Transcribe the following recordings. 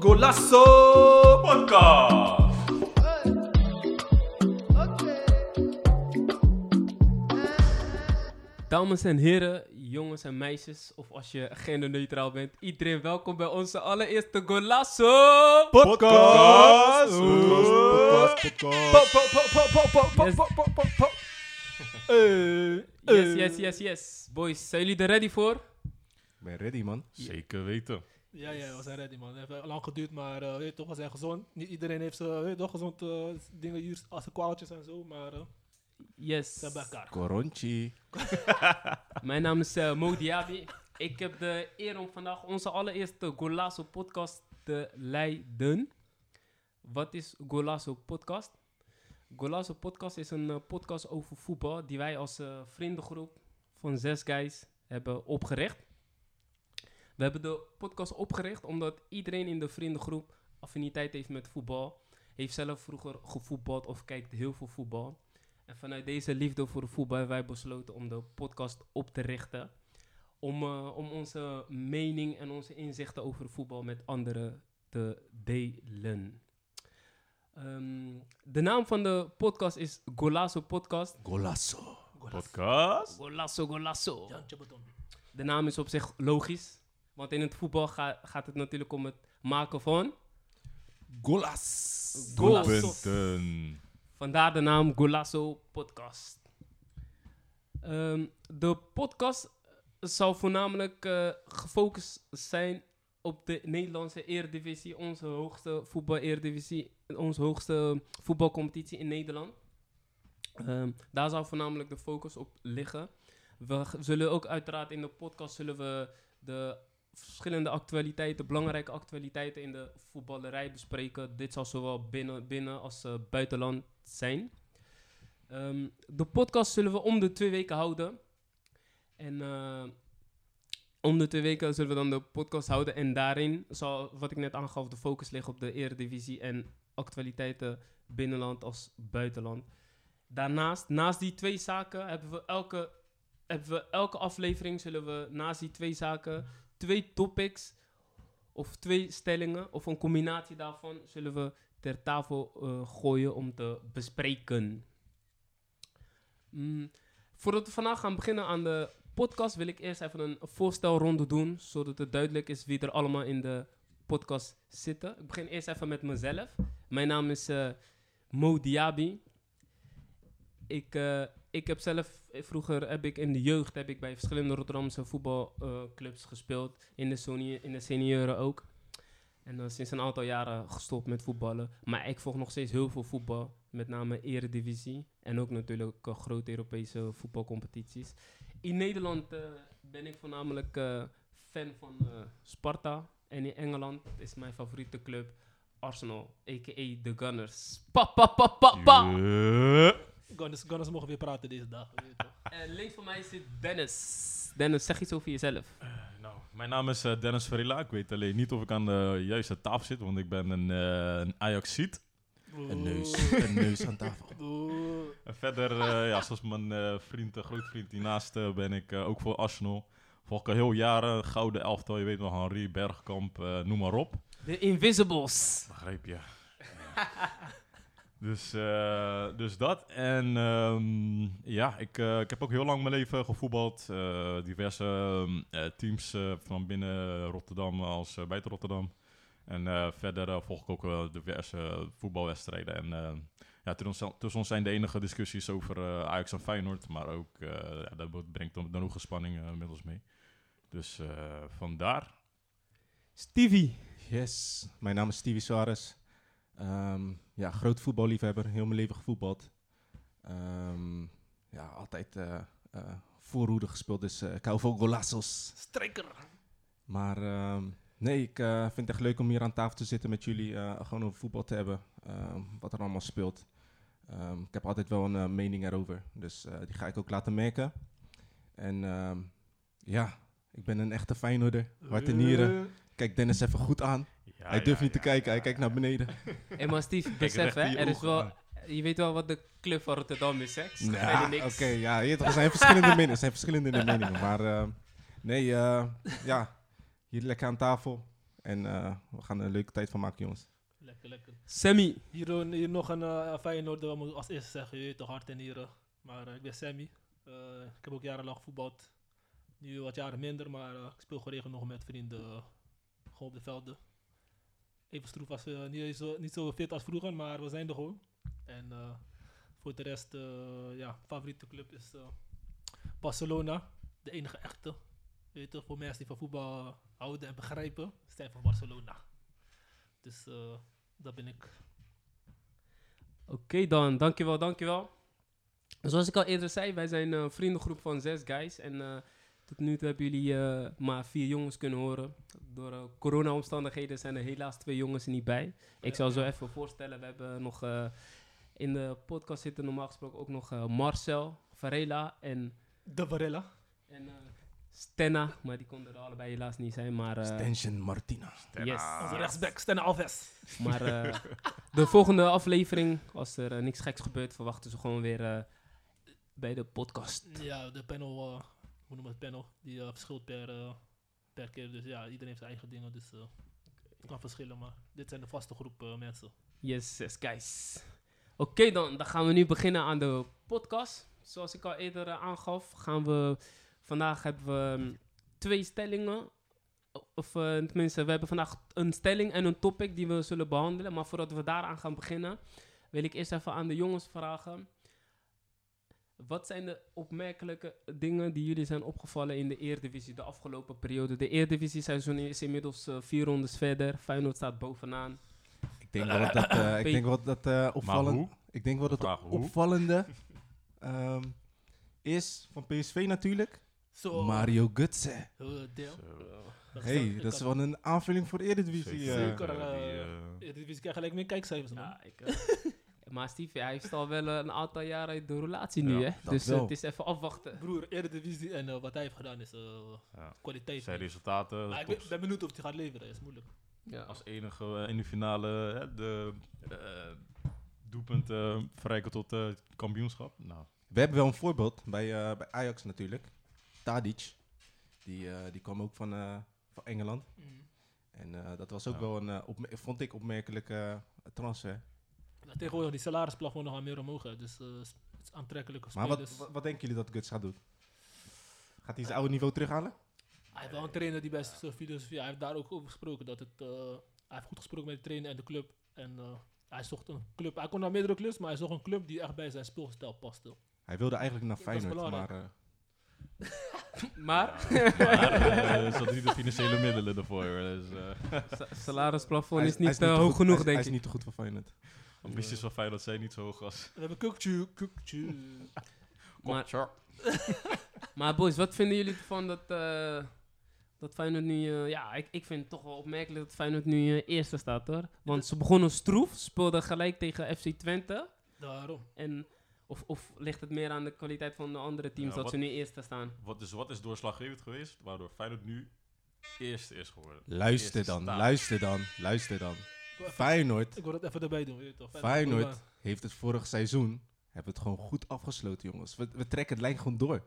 Golasso Podcast. Dames en heren, jongens en meisjes, of als je genderneutraal bent, iedereen welkom bij onze allereerste Golasso Podcast. Yes, yes, yes, yes. Boys, zijn jullie er ready voor? Ben ready, man. Zeker weten. Ja, ja, we zijn ready, man. Het heeft lang geduurd, maar eh, weet je toch, we zijn gezond. Niet iedereen heeft zijn weet je toch, gezond eh, dingen, hier als de kwaaltjes en zo, maar eh, we Yes. zijn bij elkaar. Corontje. Mijn naam is eh, Mo Diaby. Ik heb de eer om vandaag onze allereerste Golasso podcast te leiden. Wat is Golasso podcast? Golasso podcast is een eh, podcast over voetbal die wij als eh, vriendengroep van zes guys hebben opgericht. We hebben de podcast opgericht omdat iedereen in de vriendengroep affiniteit heeft met voetbal. Heeft zelf vroeger gevoetbald of kijkt heel veel voetbal. En vanuit deze liefde voor de voetbal hebben wij besloten om de podcast op te richten. Om, eh, om onze mening en onze inzichten over voetbal met anderen te delen. Ehm, de naam van de podcast is Golazo Podcast. Golasso. Podcast. Golazo, Golazo. Jantje beton. De naam is op zich logisch. Want in het voetbal ga- gaat het natuurlijk om het maken van. Golas. Goals. Punten. Vandaar de naam Golasso Podcast. Ehm, de podcast zal voornamelijk eh, gefocust zijn op de Nederlandse Eredivisie, onze hoogste voetbal-eredivisie, onze hoogste voetbalcompetitie in Nederland. Ehm, daar zal voornamelijk de focus op liggen. We g- zullen ook uiteraard in de podcast zullen we de verschillende actualiteiten, belangrijke actualiteiten in de voetballerij bespreken. Dit zal zowel binnen, binnen als eh, buitenland zijn. Ehm, de podcast zullen we om de twee weken houden. En eh, om de twee weken zullen we dan de podcast houden. En daarin zal, wat ik net aangaf, de focus liggen op de eredivisie en actualiteiten binnenland als buitenland. Daarnaast, naast die twee zaken, hebben we elke, hebben we elke aflevering zullen we naast die twee zaken twee topics of twee stellingen of een combinatie daarvan zullen we ter tafel eh, gooien om te bespreken. Mm, voordat we vandaag gaan beginnen aan de podcast wil ik eerst even een voorstelronde doen, zodat het duidelijk is wie er allemaal in de podcast zitten. Ik begin eerst even met mezelf. Mijn naam is eh Mo Diaby. Ik, eh, ik heb zelf, eh, vroeger heb ik in de jeugd heb ik bij verschillende Rotterdamse voetbalclubs gespeeld. In de, soni- in de senioren ook. En eh, sinds een aantal jaren gestopt met voetballen. Maar ik volg nog steeds heel veel voetbal. Met name eredivisie. En ook natuurlijk eh, grote Europese voetbalcompetities. In Nederland eh, ben ik voornamelijk eh, fan van eh, Sparta. En in Engeland is mijn favoriete club Arsenal. A.k.a. The Gunners. Pa, pa, pa, pa, pa. Yeah. Gunners, Gunners mogen weer praten deze dag. weet je toch. En Eh, links van mij zit Dennis. Dennis, zeg iets over jezelf. Nou, mijn naam is eh, Dennis Verilla. Ik weet alleen niet of ik aan de juiste tafel zit, want ik ben een, eh een Ajaxiet. Een neus. Een neus aan tafel. Oeh. En verder, eh, ja, zoals mijn eh, vriend, eh, grootvriend hiernaast, eh, ben ik eh, ook voor Arsenal. Volg ik al heel jaren, gouden elftal, je weet nog, Henri, Bergkamp, eh, noem maar op. De Invisibles. Begrijp je. dus, eh, dus dat. En ehm, ja, ik, eh, ik heb ook heel lang mijn leven gevoetbald. Eh, diverse ehm, eh, teams eh, van binnen Rotterdam als eh, buiten Rotterdam. En eh, verder eh, volg ik ook eh, diverse voetbalwedstrijden. En eh, ja, tussen, ons, tussen ons zijn de enige discussies over eh, Ajax en Feyenoord. Maar ook, eh, ja, dat brengt dan dan ook een spanning eh, met ons mee. Dus eh, vandaar. Stevie. Yes. Mijn naam is Stevie Suarez. Ehm, ja, groot voetballiefhebber. Heel mijn leven gevoetbald. Ehm, ja, altijd eh eh, voorhoede gespeeld. Dus eh ik hou van golassos. Striker. Maar ehm, nee, ik eh, vind het echt leuk om hier aan tafel te zitten met jullie. eh, gewoon over voetbal te hebben. ehm, wat er allemaal speelt. Ehm, ik heb altijd wel een eh, mening erover. Dus eh, die ga ik ook laten merken. En ehm, ja, ik ben een echte Feyenoorder. Hart en nieren. Kijk Dennis even goed aan. hij durft niet te kijken. hij kijkt naar beneden. En maar Steve, besef recht in hè, je er is ogen, wel... man. je weet wel wat de club van Rotterdam is, hè? Ik zeg Nou, verder oké, niks. ja, je weet toch, er zijn verschillende meningen. Er zijn verschillende meningen, maar eh, nee, eh, ja, hier lekker aan tafel en eh, we gaan er een leuke tijd van maken, jongens. Lekker, lekker. Sammy, Hier, een- hier nog een uh, Feyenoord, dat moet ik als eerste zeggen, je weet toch hart en nieren. Maar eh, ik ben Sammy. Eh, ik heb ook jarenlang gevoetbald. Nu wat jaren minder, maar eh, ik speel geregeld nog met vrienden. eh, gewoon op de velden. Even stroef als eh, niet, eens zo, niet zo fit als vroeger, maar we zijn er gewoon. En eh, voor de rest, eh ja, favoriete club is eh, Barcelona. De enige echte. Je Weet toch, voor mensen die van voetbal eh, houden en begrijpen, zijn van Barcelona. Dus eh, dat ben ik. Oké dan, dankjewel, dankjewel. Zoals ik al eerder zei, wij zijn een vriendengroep van zes guys. En eh, tot nu toe hebben jullie eh, maar vier jongens kunnen horen. Door eh, corona-omstandigheden zijn er helaas twee jongens er niet bij. Ik zal zo even voorstellen, we hebben nog... eh, in de podcast zitten normaal gesproken ook nog eh, Marcel, Varela en, De Varela. en eh, Stenna. Maar die konden er allebei helaas niet zijn, maar... eh, Tension Martina. yes. Ah. Onze rechtsback, Stenne Alves. Maar eh, de volgende aflevering, als er eh, niks geks gebeurt, verwachten ze gewoon weer eh, bij de podcast. Ja, de panel, eh hoe noem het panel? Die eh, verschilt per, eh, per keer. Dus ja, iedereen heeft zijn eigen dingen. Dus eh, het kan verschillen. Maar dit zijn de vaste groep eh, mensen. Yes, yes, guys. Oké dan, dan gaan we nu beginnen aan de podcast. Zoals ik al eerder eh, aangaf, gaan we... Vandaag hebben we mm, twee stellingen. Of eh, tenminste, we hebben vandaag een stelling en een topic die we zullen behandelen. Maar voordat we daaraan gaan beginnen, wil ik eerst even aan de jongens vragen. Wat zijn de opmerkelijke dingen die jullie zijn opgevallen in de Eredivisie de afgelopen periode? De Eredivisie-seizoen is inmiddels eh, vier rondes verder. Feyenoord staat bovenaan. Ik denk wel dat eh, ik Pete. denk wel dat eh, Maar opvallend. hoe? Ik denk wel dat Vraag het hoe? opvallende ehm, is van PSV natuurlijk. Zo. Oh. Mario Götze. eh, deel. Hey, dat is wel een aanvulling voor Eredivisie. Zeker. Zeker. eh. eh, die, eh, Eredivisie krijgt gelijk meer kijkcijfers, man. Ja, ik, eh, maar Steve, hij heeft al wel eh, een aantal jaren uit de relatie nu, Ja, hè? dat Dus eh, wel. het is even afwachten. Broer, Eredivisie en eh, wat hij heeft gedaan is eh, Ja. kwaliteit. Zijn man. resultaten. Maar ik tops. ben, ben benieuwd of hij gaat leveren. is moeilijk. Ja. Als enige eh, in de finale hè, de eh, doelpunt eh verrijken tot eh, het kampioenschap. Nou, We hebben wel een voorbeeld bij, eh, bij Ajax natuurlijk. Tadic. Die, eh, die kwam ook van, eh, van Engeland. Mhm. En eh, dat was ook Ja. wel een, eh, opme- vond ik, opmerkelijke eh, transfer. Ja, Tegenwoordig die salarisplafond nog aan meer omhoog. hè, Dus eh, het is aantrekkelijke Maar spelers. wat, wat, wat denken jullie dat Guts gaat doen? Gaat hij zijn oude niveau terughalen? Hij heeft wel een trainer die bij zijn filosofie, hij heeft daar ook over gesproken. Dat het, eh, hij heeft goed gesproken met de trainer en de club. En eh, hij zocht een club, hij kon naar meerdere clubs, maar hij zocht een club die echt bij zijn speelstijl paste. Hij wilde eigenlijk naar Ja, dat is Feyenoord, maar... belangrijk. eh, Maar, maar eh, ze hadden niet de financiële middelen ervoor. Dus eh sa- salarisplafond hij is niet eh, te hoog goed- genoeg, hij is- denk Hij is ik. niet te goed voor Feyenoord. ambities van Feyenoord zijn niet zo hoog als... We hebben Kukchu, Kukchu. maar, maar boys, wat vinden jullie ervan dat, eh, dat Feyenoord nu... eh, ja, ik, ik vind het toch wel opmerkelijk dat Feyenoord nu eh, eerste staat, hoor. Want ze begonnen stroef, speelden gelijk tegen FC Twente. Daarom. En, of, of ligt het meer aan de kwaliteit van de andere teams Ja, dat wat- ze nu eerste staan? Wat is, wat is doorslaggevend geweest, waardoor Feyenoord nu eerste is geworden? Luister Eerste dan, staat. luister dan, luister dan. Feyenoord, Ik wil dat even erbij doen, weet je toch? Feyenoord heeft het vorig seizoen hebben we het gewoon goed afgesloten, jongens. We, we trekken het lijn gewoon door.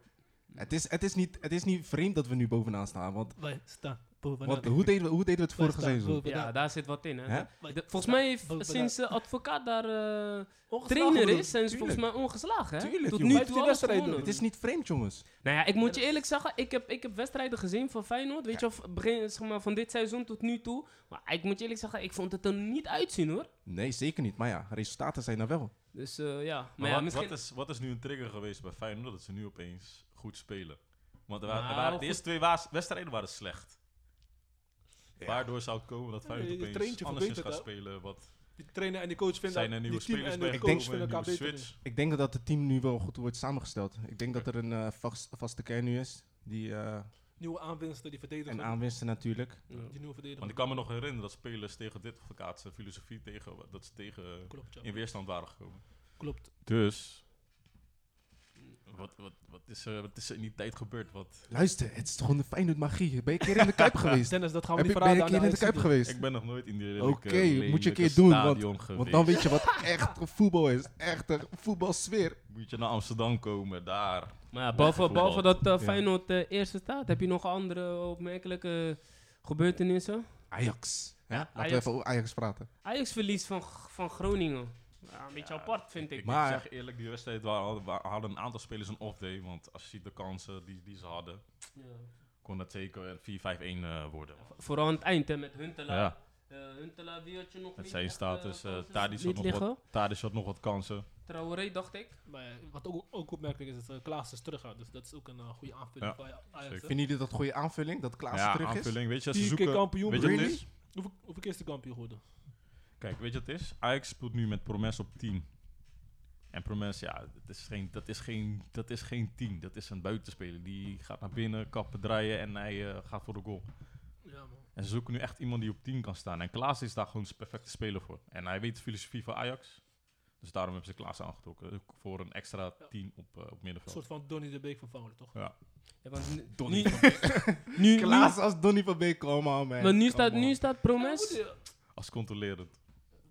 Het is, het, is niet, het is niet vreemd dat we nu bovenaan staan, want, Wij staan bovenaan. want hoe, deden we, hoe deden we het Wij vorige staan seizoen? bovenaan. Ja, daar zit wat in, hè? Hè? Wij- De- volgens mij heeft Bovenaan. sinds de advocaat daar eh, Ongeslagen, trainer broer. is, zijn ze tuurlijk. volgens mij ongeslagen. Hè? Tuurlijk, Tot jongen. nu Hij heeft toe die alles wedstrijden. gewonnen. Het is niet vreemd, jongens. Nou ja, ik moet je eerlijk zeggen, ik heb, ik heb wedstrijden gezien van Feyenoord, weet je, of begin zeg maar, van dit seizoen tot nu toe. Maar ik moet je eerlijk zeggen, ik vond het er niet uitzien hoor. Nee, zeker niet. Maar ja, resultaten zijn er wel. Dus eh, ja, maar, Maar ja, wat, misschien... wat, is, wat is nu een trigger geweest bij Feyenoord, dat ze nu opeens goed spelen? Want er Nou, waren, er waren, de goed. eerste twee waas- wedstrijden waren slecht. Waardoor zou het komen dat Feyenoord je opeens traintje anders is verbetert, gaan hè? spelen? Wat Die trainer en die coach vinden zijn er dat nieuwe die team spelers en de bij coach gekomen, vinden een elkaar nieuwe beter. switch? Ik denk dat het team nu wel goed wordt samengesteld. Ik denk dat er een eh, vast- vaste kern nu is. Die, eh in. Nieuwe aanwinsten, die verdedigen. en aanwinsten natuurlijk. Die nieuwe Want verdedigen. ik kan me nog herinneren dat spelers tegen dit advocaat zijn filosofie tegen, dat ze tegen Klopt, ja. in weerstand waren gekomen. Klopt. Dus. Wat, wat, wat, is, eh, wat is er in die tijd gebeurd? Wat? Luister, het is toch een Feyenoord magie. Ben je een keer in de Kuip geweest? Dennis, dat gaan we Heb niet je, ben je verraden een keer aan in de Kuip ICD. geweest? Ik ben nog nooit in die Oké, lelijke, moet je een keer lelijke doen, want, stadion geweest. want dan weet je wat echt voetbal is. Echte voetbalsfeer. Moet je naar Amsterdam komen, daar. Maar ja, behalve, Weggevoetbald. behalve dat eh, Ja. Feyenoord eh, eerste staat, heb je nog andere opmerkelijke gebeurtenissen? Ajax. Ja? Laten we Ajax. even over Ajax praten. Ajax verlies van, van Groningen. Ja, een beetje apart, vind ik. Ik Maar- zeg eerlijk, die wedstrijd waren, wa- hadden een aantal spelers een off-day. Want als je ziet de kansen die, die ze hadden, Ja. kon dat zeker een 4-5-1 eh, worden. Vooral aan het eind, hè, met Huntelaar. Ja, Eh, Huntelaar, wie had je nog het niet zijn echt, status. eh, eh kansen Tadic had liet nog liggen? wat- Tadic had nog wat kansen. Traoré, dacht ik. Maar ja, wat ook, ook opmerkelijk is, dat uh, Klaas is teruggaat. Dus dat is ook een eh, goede aanvulling Ja, van Ajax. zeker. hè. Vinden jullie dat goede aanvulling? Dat Klaas ja, terug is? aanvulling. Weet je, ze Vier keer zoeken... kampioen. Weet je wat het Really? is? Hoeveel, hoeveel keer is de kampioen geworden? Kijk, weet je wat het is? Ajax speelt nu met Promes op 10. En Promes, ja, dat is geen, dat is geen, dat is geen 10. Dat is een buitenspeler. Die gaat naar binnen, kappen, draaien en hij eh, gaat voor de goal. Ja, man. En ze zoeken nu echt iemand die op 10 kan staan. En Klaas is daar gewoon de perfecte speler voor. En hij weet de filosofie van Ajax. Dus daarom hebben ze Klaas aangetrokken. Ook Voor een extra Ja. 10 op, eh, op Een middenveld. soort van Donny de Beek vervangen, toch? Ja, want nu, Donny nu- nu, Klaas als Donny van Beek, come on man. want nu Come staat, on. nu staat Promes. Ja, moet Als controlerend.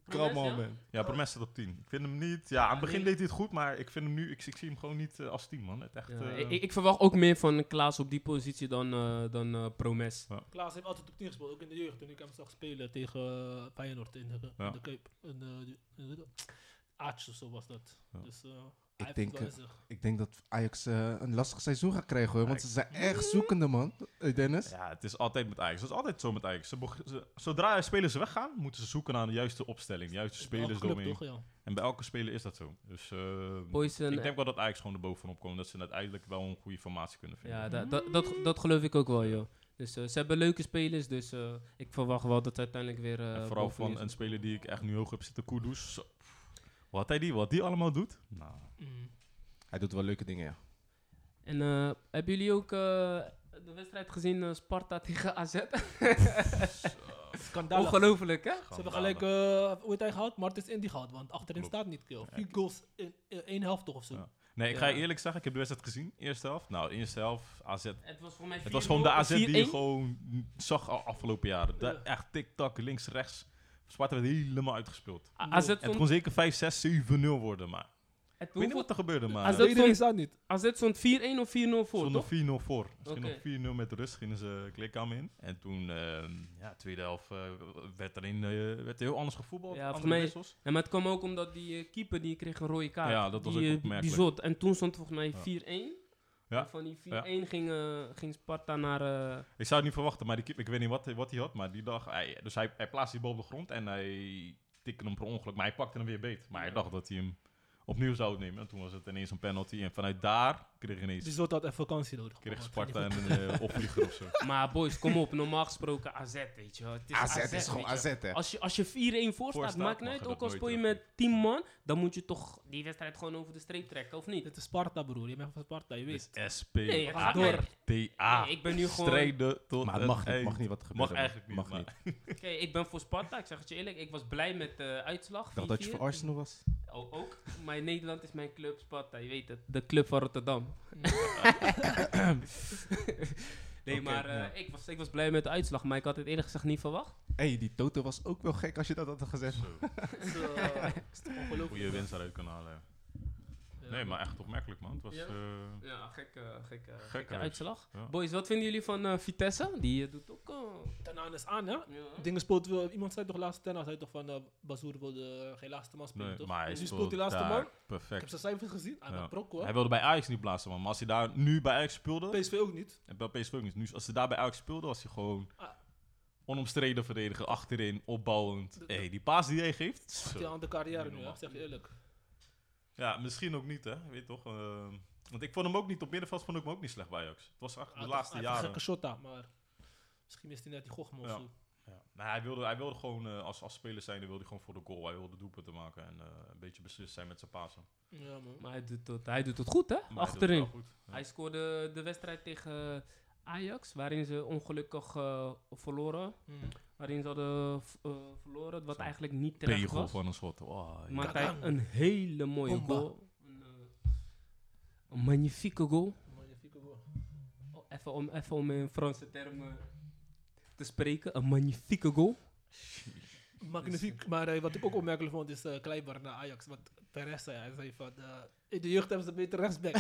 Come Promes, on ja? man. Ja, Promes staat op 10. Ik vind hem niet... Ja, aan het begin deed hij het goed. Maar ik vind hem nu... Ik, ik zie hem gewoon niet eh, als 10, man. Het echt... Ja, eh, ik, ik verwacht ook meer van Klaas op die positie dan, eh, dan eh, Promes. je- Klaas heeft altijd op 10 gespeeld, ook in de jeugd. Toen ik hem zag spelen tegen eh, Feyenoord in de, Ja. in de Kuip. In de- die- hoe heet dat? Aarts of zo was dat. Ja. Dus eh, Ik hij heeft denk, het wel in eh, zich. Ik denk dat Ajax eh, een lastig seizoen gaat krijgen hoor. Want ze zijn echt zoekende man. Eh, Dennis? Ja, het is altijd met Ajax. Dat is altijd zo met Ajax. Ze beg- ze- zodra spelers weggaan, moeten ze zoeken naar de juiste opstelling. De juiste Bij elke spelers club, eromheen. toch? Ja. En bij elke speler is dat zo. Dus eh, Boys en- ik denk wel dat Ajax gewoon erbovenop komt. Dat ze uiteindelijk wel een goede formatie kunnen vinden. Ja, da- da- dat, dat geloof ik ook wel, joh. Dus eh, ze hebben leuke spelers, dus eh, ik verwacht wel dat ze uiteindelijk weer... eh, en vooral bovenin van een zitten. speler die ik echt nu hoog heb zitten, Kudus. Zo. Wat hij die, wat die allemaal doet. Nou, Mm. Hij doet wel leuke dingen ja. En eh, hebben jullie ook eh, de wedstrijd gezien eh, Sparta tegen AZ? eh, Schandalig. Ongelooflijk, hè? Ze hebben gelijk, eh, hoe heet hij gehaald? Martens Indy gehaald, want achterin Klopt. staat niet veel. Ja, Vier goals in in één helft toch of zo. Ja. Nee, ik ga je Ja. eerlijk zeggen, ik heb de wedstrijd gezien. Eerste helft. Nou, eerste helft, AZ. Het was voor mij Het was gewoon de AZ die je 4-1. gewoon zag al afgelopen jaren. Da- Ja. Echt tik-tak, links, rechts. Sparta werd helemaal uitgespeeld. A- AZ En het stond... kon zeker 5, 6, 7, 0 worden, maar... Het Ik weet niet hoeveel- wat er gebeurde, maar... AZ AZ dat vond- Dus staat niet. AZ stond 4-1 of 4-0 voor, stonden toch? 4-0 voor. Ze Oké. gingen op 4-0 met de rust, gingen ze kleedkamer in. En toen, ehm ja, tweede helft, eh, werd, erin, eh, werd er heel anders gevoetbald. Ja, volgens andere mij- wissels. Ja, maar het kwam ook omdat die eh, keeper die kreeg een rode kaart. Ja, dat was die, ook eh, Die opmerkelijk. zot. En toen stond volgens mij Ja. 4-1. Ja, En van die 4-1 ja. ging, eh, ging Sparta naar... eh, Ik zou het niet verwachten, maar die keeper, ik weet niet wat, hij- wat hij had, maar die dag... Hij, dus hij, hij plaatste die bal op de grond en hij tikte hem per ongeluk, maar hij pakte hem weer beet. Maar hij dacht dat hij hem opnieuw zou nemen. En toen was het ineens een penalty en vanuit daar kreeg hij Die ineens... zult had even vakantie nodig. Kreeg Want die Sparta een eh, opvlieger of zo. maar boys, kom op. Normaal gesproken AZ, weet je wel. Het is AZ is weet gewoon je wel. AZ hè. Als je, als je 4-1 voor staat, staat, maakt mag niet uit. je dat Ook al nooit speel je doen. met 10 man, dan moet je toch die wedstrijd gewoon over de streep trekken, of niet? Dit is Sparta, broer. Je bent van Sparta, je weet. Dit is SP. Nee, je ga gaat door. door. TA. Nee, ik ben nu gewoon- Strijden tot Maar het mag eind. niet, mag niet wat gebeuren. eigenlijk niet, Mag maar- niet. Oké, ik ben voor Sparta. Ik zeg het je eerlijk. Ik was blij met de uitslag. Ik dacht dat je 4-4. voor Arsenal was. O- ook. Maar Nederland is mijn club Sparta. Je weet het. De club van Rotterdam. nee, Oké, maar eh, ja. ik, was, ik was blij met de uitslag. Maar ik had het eerlijk gezegd niet verwacht. Hé, hey, die Toto was ook wel gek als je dat had gezegd. Het is, eh, het is toch Goede ongelooflijk. winst eruit kunnen halen. Ja. Nee, maar echt opmerkelijk, man. Het was... Ja. eh, Ja, gekke, gekke, gekke wedstrijd. uitslag. Ja. Boys, wat vinden jullie van eh, Vitesse? Die eh, doet ook... eh, Tenaan is aan, hè? ja. Dingen speelt wel. Iemand zei toch laatst, Tenaan zei toch van eh Bazoer wilde eh, geen laatste man spelen, nee, toch? maar hij dus nu speelt die laatste daar man. Ik heb Perfect. zijn cijfers gezien. Hij Ja. maakt brok, hoor. Hij wilde bij Ajax niet blazen, man. Maar als hij daar nu bij Ajax speelde... PSV ook niet. En bij PSV ook niet. Nu, als hij daar bij Ajax speelde, was hij gewoon... Ah. Onomstreden verdediger, achterin, opbouwend. Dat- Hé, hey, die paas die hij geeft... Die zo. andere carrière Niet nu, hè? normaal. Zeg je eerlijk. Ja, misschien ook niet, hè. Weet toch? eh, want ik vond hem ook niet... Op middenveld vond ik hem ook niet slecht bij Ajax. Het was Ah, echt de laatste Hij heeft jaren... een gekke shot daar, maar misschien mist hij net die Gochman of Ja. zo. Ja. Nou, hij, wilde, hij wilde gewoon, eh, als, als speler zijn, wilde hij gewoon voor de goal. Hij wilde doelpunten maken en eh, een beetje beslist zijn met zijn pasen. Maar Ja, man. Maar hij doet, het, hij doet het goed, hè? hij doet het Achterin. wel goed. Ja. Hij scoorde de wedstrijd tegen eh, Ajax, waarin ze ongelukkig eh, verloren. Mm. Waarin ze hadden v- eh, verloren, wat Zo. eigenlijk niet terecht Pegel was. van een schot. Wow, ja. Maakt Kakang. hij een hele mooie Bomba. goal. Een, eh, een magnifieke goal. even om, even om in Franse termen te spreken, een magnifieke goal. Magnifiek. Maar eh, wat ik ook opmerkelijk vond is eh Kleiber naar Ajax. Want Perez zei, hij zei van, eh, in de jeugd hebben ze beter rechtsback.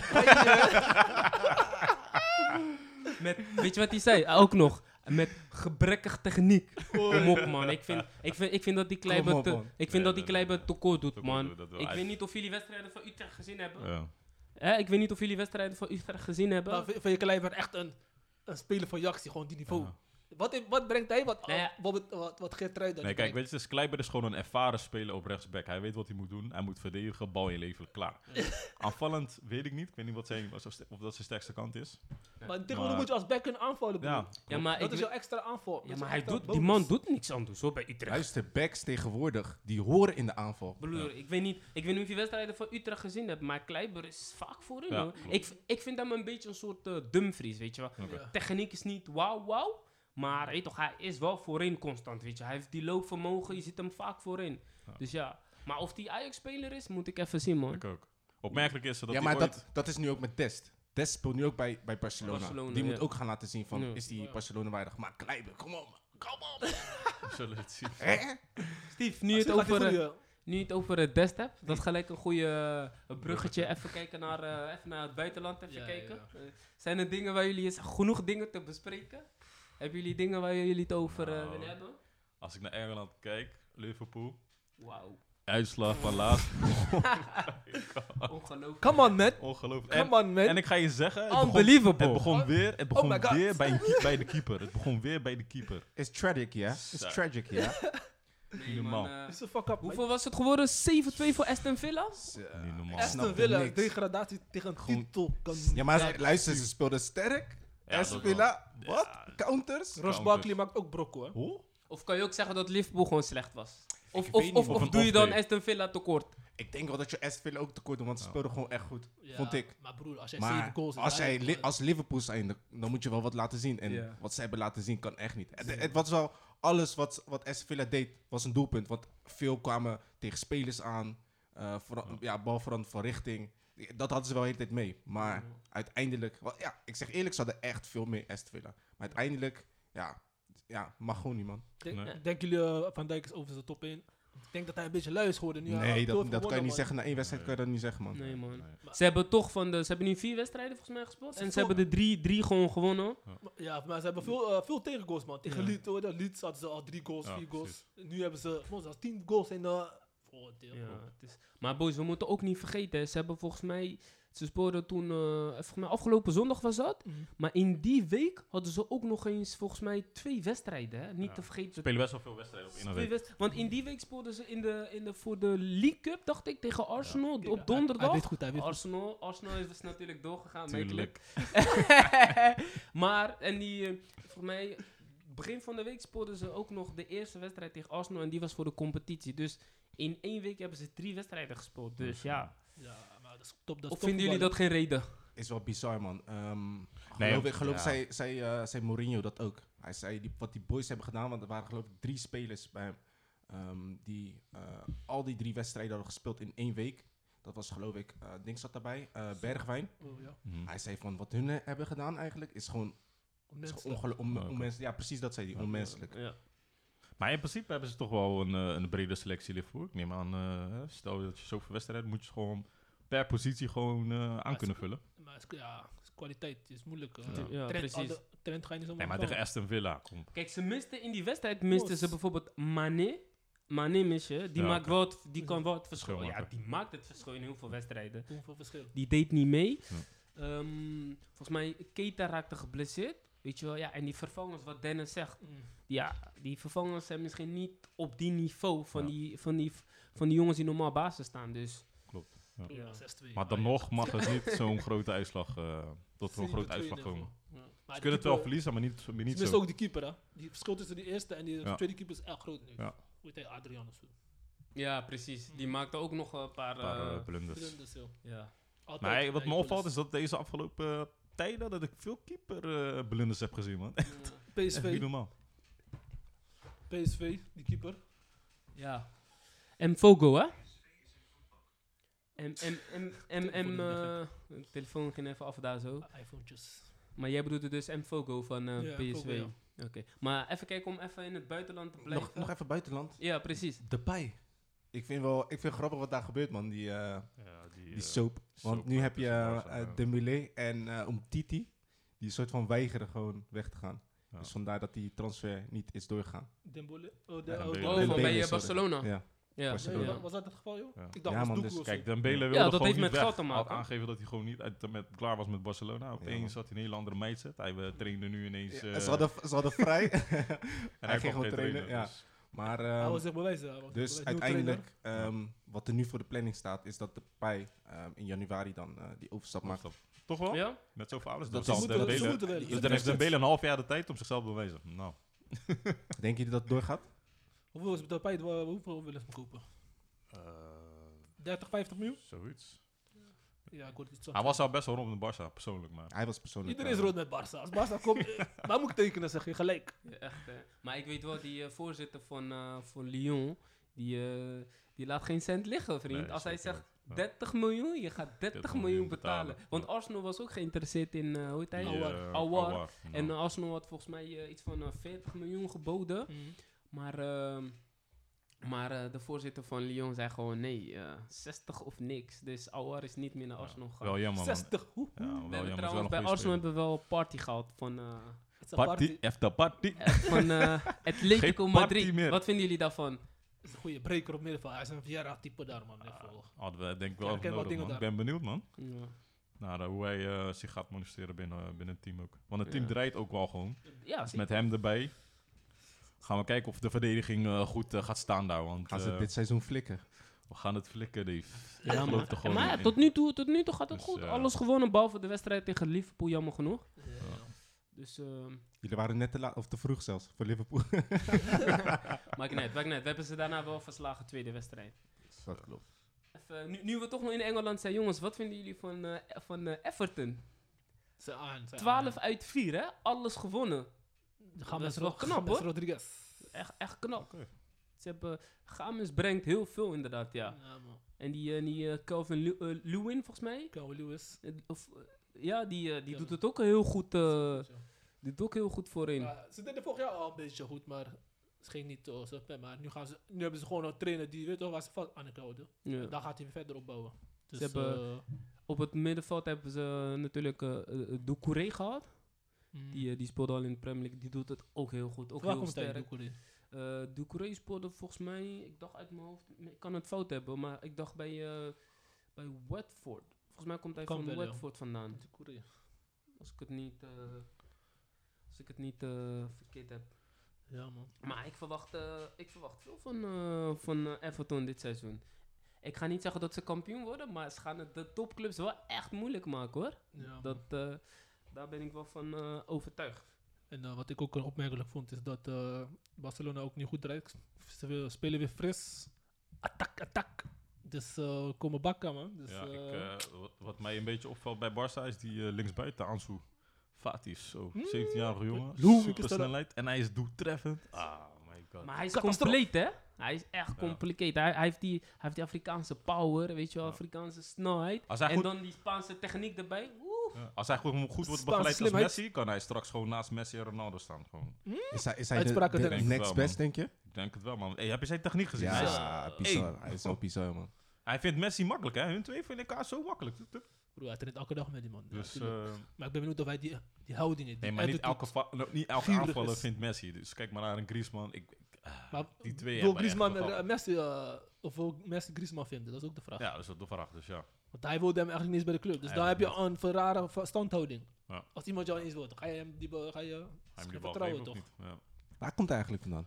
Met, weet je wat hij zei? Ook nog. Met gebrekkig techniek. Kom op, man. Ik vind, ik vind, ik vind dat die Kom Kleiber op, te, man. ik vind dat Nee, die nee, nee, Kleiber tekort doet, Tekort man. doet, dat wel. Ik Hij- weet niet of jullie wedstrijden van Utrecht gezien hebben. Ja. Hè, ik weet niet of jullie wedstrijden van Utrecht gezien hebben. maar vind vind je Kleiber echt een, een speler van Jaxi, gewoon die niveau. Ja. Wat, heeft- wat brengt hij? Wat, Nee, ja. wat, wat, wat Geert Ruijden Nee, kijk, brengt? weet je, dus Kleiber is gewoon een ervaren speler op rechtsback. Hij weet wat hij moet doen. Hij moet verdedigen, bal in leven, klaar. Aanvallend weet ik niet. Ik weet niet wat zijn, of dat zijn sterkste kant is. Maar tegenwoordig maar- moet je als back kunnen aanvallen, broer. Ja, ja, maar, dat ik is weet- jouw extra aanval. ja, Dat maar is jouw hij extra doet, die man bonus. doet niks anders hoor, bij Utrecht. Luister, backs tegenwoordig, die horen in de aanval. Broer, ik weet, niet, ik weet niet of je wedstrijden van Utrecht gezien hebt, maar Kleiber is vaak voorin. Ja, hoor. klopt. Ik, ik vind hem een beetje een soort eh, Dumfries, weet je wel. Oké. Ja. Techniek is niet wauw, wauw, maar weet je toch, hij is wel voorin constant, weet je. Hij heeft die loopvermogen, je zit hem vaak voorin. Ja. Dus ja, maar of die Ajax-speler is, moet ik even zien, man. ik ook. Opmerkelijk is dat ja, hij maar ooit- dat, dat is nu ook met Dest. Dest speelt nu ook bij, bij Barcelona. Barcelona, Die ja. moet ook gaan laten zien van, Ja. is die Barcelona waardig? Maar Kleiber, kom op. man. Kom op. We zullen het zien. Hè? Steve, nu Als het je gaat die over... eh, goeie- Nu je het over het Dest hebt, dat is gelijk een goede bruggetje. Even kijken naar, eh, even naar het buitenland, even Ja, ja, kijken. Eh, zijn er dingen waar jullie is genoeg dingen te bespreken? Hebben jullie dingen waar jullie het over eh, Nou. willen hebben? Als ik naar Engeland kijk, Liverpool. Wauw, Uitslag van laatst. ongelooflijk. Come on, man. Ongelooflijk. En, Come on, man. en ik ga je zeggen, het begon, het Unbelievable. begon weer, het begon Oh my God. weer bij, een keep- bij de keeper. Het begon weer bij de keeper. It's tragic, ja? Zo. It's tragic, ja? Nee, man, normaal. eh, Is een fuck up. hoeveel was het geworden? 7-2 voor Aston Villa? Zo. Niet normaal. Echt? Aston snapte Villa, niks. degradatie tegen een Gewoon- titel. Kan Ja, maar ze- luister, ze speelden sterk. Ja, Aston dat wel. Villa, Ja. wat? Counters? Ross Barkley maakt ook brokko, hè. Hoe? Of kan je ook zeggen dat Liverpool gewoon slecht was? Of, Ik of, weet of, niet. of Of een doe je off-day. dan Aston Villa tekort? Ik denk wel dat je Aston Villa ook tekort doet, want ze Ja. speelden gewoon echt goed. Ja, Vond ik. Maar broer, als jij Maar zeven goals als, jij, li- hij als Liverpool zijn, dan moet je wel wat laten zien. En Ja. wat ze hebben laten zien kan echt niet. Het, het was wel alles wat, wat Aston Villa deed, was een doelpunt. Want veel kwamen tegen spelers aan. eh vooral- ja, bal veranderd van richting. Dat hadden ze wel de hele tijd mee. Maar uiteindelijk... wel, ja, ik zeg eerlijk, ze hadden echt veel meer Aston Villa. Maar uiteindelijk, ja, ja mag gewoon niet, man. Denk, Nee. Denken jullie eh, Van Dijk is over zijn top 1? Ik denk dat hij een beetje lui is geworden nu. hij nee, heeft dat, nooit dat kan je gewonnen, niet man. zeggen. Na één wedstrijd kan je dat niet zeggen, man. Nee, man. Nee. Ze hebben toch van de... Ze hebben nu vier wedstrijden volgens mij gespeeld. En ze hebben de drie, drie gewoon gewonnen. Ja, maar ze hebben veel, eh, veel tegengoals, man. Tegen Leeds, hoor, dat Leeds hadden ze al drie goals, Ja, vier goals. Nu hebben ze man, zelfs tien goals in de... Voordeel. Ja, het is, maar boys, we moeten ook niet vergeten. hè, Ze hebben volgens mij... Ze spoorden toen... eh, volgens mij afgelopen zondag was dat. Mhm. Maar in die week hadden ze ook nog eens volgens mij twee wedstrijden. Hè? Niet Ja. te vergeten. Spelen best wel veel wedstrijden op in een Twee week. wedst- Want in die week speelden ze in de, in de, voor de League Cup, dacht ik, tegen Arsenal op donderdag. Hij weet goed, hij weet goed. Arsenal, Arsenal is dus natuurlijk doorgegaan. Tuurlijk. makkelijk. maar, en die, eh, voor mij, begin van de week speelden ze ook nog de eerste wedstrijd tegen Arsenal. En die was voor de competitie. Dus in één week hebben ze drie wedstrijden gespeeld. Dus ja. Ja, maar dat is top. Dat is Of vinden jullie dat geen reden? is wel bizar, man. Ehm, Nee, geloof ik, ja. geloof ik zei, zei, eh, zei Mourinho dat ook. Hij zei die, wat die boys hebben gedaan, want er waren geloof ik drie spelers bij hem. ehm, die eh, al die drie wedstrijden hadden gespeeld in één week. Dat was geloof ik, eh Ding zat daarbij, eh, Bergwijn. Oh, ja. Mhm. Hij zei van wat hun eh, hebben gedaan eigenlijk is gewoon, is gewoon Mensen. ongelo- on- Oké. onmenselijk. Ja, precies dat zei hij, onmenselijk. Ja. Maar in principe hebben ze toch wel een, eh, een brede selectie Liverpool. Ik neem aan, eh, hè, stel dat je zoveel wedstrijden moet je ze gewoon per positie gewoon eh, aan ze- kunnen vullen. Maar het is- ja, het is kwaliteit is moeilijk. eh. Ja, Trent- precies. alle- Trent ga je niet zomaar Nee, maar tegen vervangen. Aston Villa. Kom. Kijk, ze misten in die wedstrijd misten ze Klopt. bijvoorbeeld Mané. Mané mis je. Die, Ja, maakt oké. wel het- die kan wel het verschil. Verschil Ja, maken. die maakt het verschil in heel veel wedstrijden. Hoeveel verschil? Die deed niet mee. Ja. Ehm, volgens mij, Keita raakte geblesseerd. Weet je wel, ja. En die vervangers, wat Dennis zegt. Mm. Ja, die vervangers zijn misschien niet op die niveau van, Ja. die, van, die, van die jongens die normaal basis staan. Dus Ja. Ja, 6-2. Maar dan ja. nog mag het niet zo'n grote uitslag, eh tot Ze zo'n grote moeten uitslag tweede komen. voor. Ja. Ze Maar kunnen het die wel keeper- verliezen, maar niet, maar Ze niet missen zo. ook de keeper, hè? Die verschil tussen de eerste en die Ja. tweede keeper is echt groot nu. Ja. Hoe heet hij? Adrian of zo. ja, precies. Die maakte ook nog een paar... Een paar, eh, eh, blunders. Blunders, joh. ja. Altijd, Maar hey, wat ja, me ik opvalt wil is dat deze afgelopen eh, tijden dat ik veel keeper eh, blunders heb gezien, man. Echt eens- niet PSV, normaal. PSV, die keeper. Ja. En Fogo, hè? En, en, en, en, en, Telefoon eh, de telefoon ging even af daar zo. iPhonetjes. Maar jij bedoelde dus M. Fogo van eh, Ja, PSV. Fogo, ja. Oké. Maar even kijken om even in het buitenland te blijven. Nog, nog even buitenland. Ja, precies. De pij. Ik vind wel, ik vind grappig wat daar gebeurt, man. Die, eh, Ja, die eh, soap. Want soap, nu eh, heb je tussen eh Barca, ja. Dembélé en eh Umtiti. Die soort van weigeren gewoon weg te gaan. Ja. Dus vandaar dat die transfer niet is doorgegaan. Dembele? Oh, de, Ja, oh, Dembele. Oh, Dembele, van bij Dembele, eh, sorry. Barcelona. Ja. Ja. Ja, Barcelona. ja. wa- Was dat het geval, joh? Ja. Ik dacht, Ja, was man, Doekoe dus of zo. Kijk, Dembele wilde Ja, dat gewoon heeft niet met weg. geld te Hij maken. had aangegeven dat hij gewoon niet uit, met, klaar was met Barcelona. Opeens man. zat hij in een hele andere mindset. Hij eh, trainde nu ineens... eh, ze, hadden, ze hadden vrij. en kon hij ging gewoon geen trainen, ja. dus- maar Hij ehm, was zich bewijzen. hij was zich dus bewijzen. Nieuwe trainer. uiteindelijk, ehm, wat er nu voor de planning staat, is dat de Pai ehm, in januari dan eh, die overstap maakt. Toch wel? Ja? Net zoveel ouders. Dat Dat zal is- dat is- Dembele- moeten wel. Dus dan heeft Dembele een half jaar de tijd om zichzelf te bewijzen. Nou, Denk je dat het doorgaat? Hoeveel is Depay? wa- Eh, Hoeveel willen ze hem kopen? Eh, 30, 50 miljoen? zoiets. Ja, ik hoorde iets zo. Hij was al best wel rond met Barça, persoonlijk. Maar Hij was persoonlijk. Iedereen is eh, rood met Barça. Als Barça komt, eh, waar moet ik tekenen, zeg je gelijk. Ja, echt. eh. Maar ik weet wel, die eh, voorzitter van, eh, van Lyon, die, eh, die laat geen cent liggen, vriend. Nee, Als hij zeker zegt niet. 30 miljoen, je gaat 30 30 miljoen miljoen betalen. betalen. Want Arsenal was ook geïnteresseerd in, eh, hoe heet hij? Die, Awar. eh, Awar. nou. En eh, Arsenal had volgens mij eh, iets van eh, 40 miljoen geboden. Maar, ehm, maar eh, de voorzitter van Lyon zei gewoon nee, eh, 60 of niks. Dus Awar is niet meer naar Ja, Arsenal gegaan. Wel jammer, man. 60. Hoe? Ja, wel eh, We jammer. hebben Het is wel trouwens een bij goede Arsenal speler. hebben we wel party gehad van, eh, Het is een party. Party after party. eh, van eh, Atletico Geen party Madrid. meer. Wat vinden jullie daarvan? Het is een goede breker op middenveld. Hij is een Vieira-type daar, man. Echt wel. Ah, Hadden we denk ik Ja, wel ik even ken nodig, wat dingen man. Ik daar. ben benieuwd, man. Ja. Naar eh, hoe hij eh, zich gaat manifesteren binnen, eh, binnen het team ook. Want het team Ja. draait ook wel gewoon. Ja, Dus zie- met hem erbij gaan we kijken of de verdediging eh, goed eh, gaat staan daar. Want Gaan ze eh, dit seizoen flikken? we gaan het flikken, Dave. ja, geloof er maar gewoon maar ja, in. tot, nu toe, tot nu toe gaat het Dus, goed. eh, Alles gewonnen, behalve de wedstrijd tegen Liverpool, jammer genoeg. Ja. Dus, ehm Jullie waren net te laat, of te vroeg zelfs, voor Liverpool. maakt niet uit, maakt niet uit. We hebben ze daarna wel verslagen, tweede wedstrijd. dat klopt. Even, nu, nu we toch nog in Engeland zijn, jongens, wat vinden jullie van, eh, van eh, Everton? Ze aan. ze 12 aan. uit 4, hè? Alles gewonnen. Ze gaan Dat is met wel Rod- knap, met hoor. Rodriguez. Echt, echt knap. Oké. Ze hebben... Games brengt heel veel, inderdaad, ja. man. En die, eh, die eh, Calvin Lew- eh, Lewin, volgens mij. Calvin Lewis. Eh, Of, eh, ja, die, eh, die Ja. doet het ook heel goed, eh Zo. doet ook heel goed voorin. Ja, ze deden vorig jaar al een beetje goed, maar het ging niet eh, zo ver. Maar nu, gaan ze, nu hebben ze gewoon een trainer die weet toch waar ze vast aan het houden. Ja. En Daar gaat hij weer verder opbouwen. Dus, hebben- eh, Op het middenveld hebben ze natuurlijk eh eh, eh, Doucouré gehad. mm. Die, eh, die speelde al in de Premier League. Die doet het ook heel goed. Ook Waar heel komt hij, sterk. Doucouré? Eh Doucouré speelde volgens mij, ik dacht uit mijn hoofd, ik kan het fout hebben, maar ik dacht bij, eh, bij Watford. Volgens mij komt hij Kan van wel, ja. Watford vandaan. Doucouré. Als ik het niet, eh, als ik het niet eh, verkeerd heb. Ja, man. Maar ik verwacht, eh, ik verwacht veel van, eh, van eh, Everton dit seizoen. Ik ga niet zeggen dat ze kampioen worden, maar ze gaan het de topclubs wel echt moeilijk maken hoor. Ja, man. Dat, eh, daar ben ik wel van eh, overtuigd. En eh, wat ik ook eh, opmerkelijk vond, is dat eh, Barcelona ook niet goed draait. Ze wil- spelen weer fris. Attack, attack. Dus eh komen bakken, man. Dus, Ja, ik, eh, eh, wat, wat mij een beetje opvalt bij Barça is die eh, linksbuiten Ansu Fati is zo Mm. 17-jarige jongen. Loom, ik Super is dat- snelheid en hij is doeltreffend. Ah, my god. Maar hij is Catastrofe. compleet, hè? Hij is echt Ja. compleet. Hij, hij, heeft die, hij heeft die Afrikaanse power, weet je wel, Ja. Afrikaanse snelheid. Als hij en goed- dan die Spaanse techniek erbij. Oeh, Ja, Als hij goed, goed wordt Spaanse begeleid als slimheid. Messi, kan hij straks gewoon naast Messi en Ronaldo staan. Gewoon. Is hij, is hij de, Uitspraken de denk ik next wel, man. best, denk je? Ik denk het wel, man. Hey, heb je zijn techniek gezien? Ja, Hij, is- bizar. Hey. Hij is zo bizar, man. hij vindt Messi makkelijk, hè? Hun twee vinden elkaar zo makkelijk. Tup, tup. broer, hij traint elke dag met die man. Ja, Dus, tuurlijk. eh, maar ik ben benieuwd of hij die, die houding heeft. nee, die maar niet attitude. elke, va- no- niet elke Gierig aanvaller is. vindt Messi. Dus kijk maar naar een Griezmann. Ik, ik- ah, Maar die twee wil hebben echt Griezmann wat en, af. eh, Messi, eh, of ook Messi Griezmann vinden? Dat is ook de vraag. Ja, dat is wat de vraag. Dus ja. Want hij wilde hem eigenlijk niet eens bij de club. Dus daar heb je Eigenlijk een verrare va- standhouding. Ja. Als iemand jou eens wil, dan ga je hem die, bal- ga je Hij moet die bal vertrouwen geven toch? of niet? Ja. Waar komt hij eigenlijk vandaan?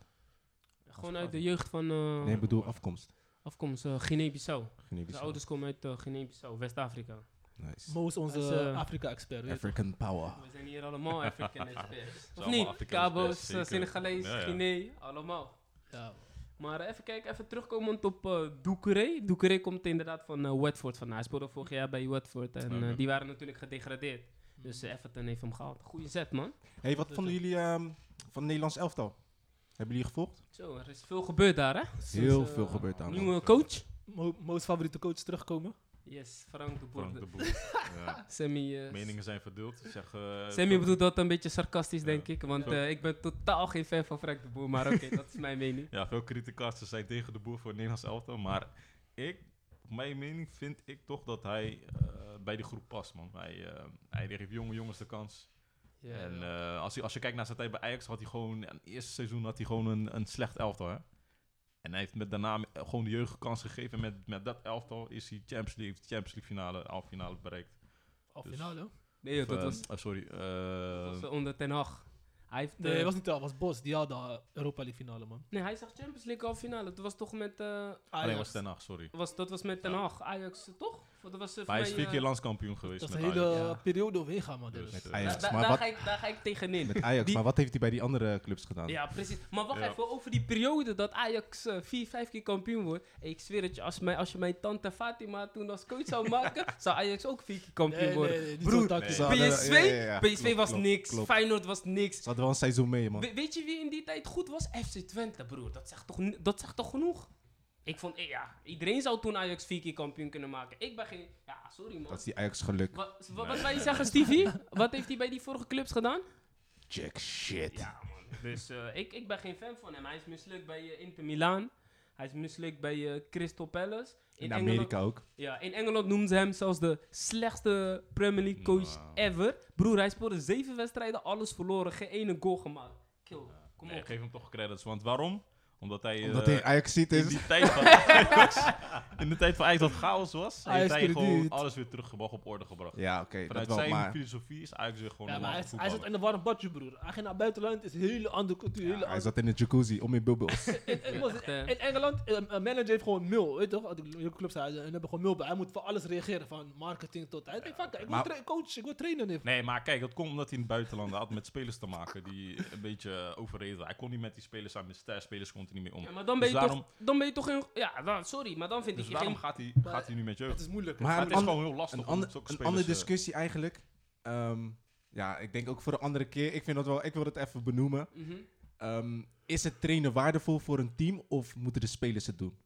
gewoon uit de jeugd van eh, Nee, ik bedoel afkomst. afkomst eh, Guinea-Bissau. Zijn Guinea-Bissau. ouders komen uit eh, Guinea-Bissau, West-Afrika. Nice. Mo is onze Hij is, eh, Afrika-expert. weet je toch? African power. We zijn hier allemaal African experts. Of allemaal niet? Afrikaans Cabo's, eh, experts, zeker. Senegalees, Ja, ja. Guinea, allemaal. Ja, Maar eh, even kijken, even terugkomend op eh Doucouré. Doucouré komt inderdaad van eh, Watford vandaan. Hij speelde vorig jaar bij Watford en eh, Oké. die waren natuurlijk gedegradeerd. Dus Mhm. eh, Everton heeft hem gehaald. Goeie zet, man. hey, wat vonden jullie ehm, van het Nederlands elftal? Hebben jullie gevolgd? Zo, er is veel gebeurd daar, hè? Sinds, Heel eh, veel gebeurd aan. Nieuwe coach. Mo- Mo's favoriete coach terugkomen. Yes, Frank de Boer. Frank de Boer. ja. Sammy, eh, Meningen zijn verdeeld. Zeg, eh, Sammy bedoelt dat een beetje sarcastisch, Ja. denk ik. Want Zo. eh, ik ben totaal geen fan van Frank de Boer. Maar oké, dat is mijn mening. Ja, veel criticasten zijn tegen de boer voor het Nederlands elftal. Maar ik, mijn mening vind ik toch dat hij eh, bij die groep past, man. Hij, eh, hij geeft jonge jongens de kans. Ja, en ja. eh, als, je, als je kijkt naar zijn tijd bij Ajax, had hij gewoon... Aan het eerste seizoen had hij gewoon een, een slecht elftal, hè. En hij heeft met daarna eh, gewoon de jeugd kans gegeven. En met, met dat elftal is hij Champions League, Champions League finale, halve finale bereikt. Al Dus- finale. nee, joh, Of, dat eh, was, eh, sorry. eh, dat was onder Ten Hag. Hij heeft, Nee, eh, dat was niet dat, was Bos. Die had de Europa League finale, man. nee, hij zag Champions League halve finale. Dat was toch met... eh, nee, was Ten Hag, sorry. was, dat was met Ten Ja. Hag. Ajax, eh, toch? Dat was, eh, Maar hij is voor vier mij, keer eh, landskampioen geweest Dat is met een Ajax. hele Ja. periode overheen gaan, man. Dus- Dus. Met Ajax. da- da- maar daar, wat, ga ik, daar ga ik tegenin. met Ajax, Die- maar wat heeft hij bij die andere clubs gedaan? Ja, precies. Maar wacht Ja. even, over die periode dat Ajax eh, vier, vijf keer kampioen wordt. Ik zweer het je, als, mijn, als je mijn tante Fatima toen als coach zou maken, zou Ajax ook vier keer kampioen Nee, worden. nee, nee, niet Broer, zo'n tactisch. Nee. Ze PSV, hadden- ja, ja, ja, PSV klopt, was klopt, niks, klopt. Feyenoord was niks. Ze hadden wel een seizoen mee, man. We- weet je wie in die tijd goed was? FC Twente, broer. Dat zegt toch, ni- dat zegt toch genoeg? Ik vond, eh, ja, iedereen zou toen Ajax vier keer kampioen kunnen maken. Ik ben geen... Ja, sorry man. Dat is die Ajax geluk. Wat, wat, wat wij zeggen, Stevie? Wat heeft hij bij die vorige clubs gedaan? Jack shit. Ja, man. Dus eh, ik, ik ben geen fan van hem. Hij is mislukt bij eh, Inter Milan. Hij is mislukt bij eh Crystal Palace. In Engeland- Amerika ook. ja, in Engeland noemden ze hem zelfs de slechtste Premier League coach Nou. ever. Broer, hij speelde zeven wedstrijden, alles verloren, geen ene goal gemaakt. Kill, kom Nee, op. geef hem toch credits. Want waarom? Omdat hij, Omdat eh, hij Ajax ziet in is. die tijd van Ajax, in de tijd van Ajax dat chaos was, Ajax heeft hij kunnen gewoon dit. alles weer teruggebracht op orde gebracht. Ja, oké, dat Vanuit wel, zijn maar... filosofie is Ajax weer gewoon Ja, een maar hij, lage hij zat voetballer. in een warm badje, broer. Hij ging naar buitenland, is een hele andere cultuur. hele Ja, hij andere- zat in de jacuzzi, om in bubbels. Het was- Echt, eh. in Engeland, eh, een manager heeft gewoon mil, weet je toch? De clubs hij- en hebben gewoon mil bij. Hij moet voor alles reageren, van marketing tot... Hij denkt, fuck, ik wil maar- tra- coach, ik wil trainen. Nee. Nee, maar kijk, dat komt omdat hij in het buitenland had met spelers te maken die een beetje overreden. waren. Hij kon niet met die spelers aan, met sterspelers kon hij niet meer om. Ja, maar dan ben, Dus je daarom- toch, dan ben je toch een... Ja, dan- sorry, maar dan vind Dus ik je daarom geen... gaat hij, Maar- gaat hij nu met jeugd. Het Maar is moeilijk. Het is, Maar een, ander- gewoon heel lastig een, om ander- zulke een spelers, andere eh, discussie eigenlijk. Ehm, ja, ik denk ook voor een andere keer. Ik, vind dat wel, ik wil het even benoemen. Mhm. Ehm, is het trainen waardevol voor een team of moeten de spelers het doen?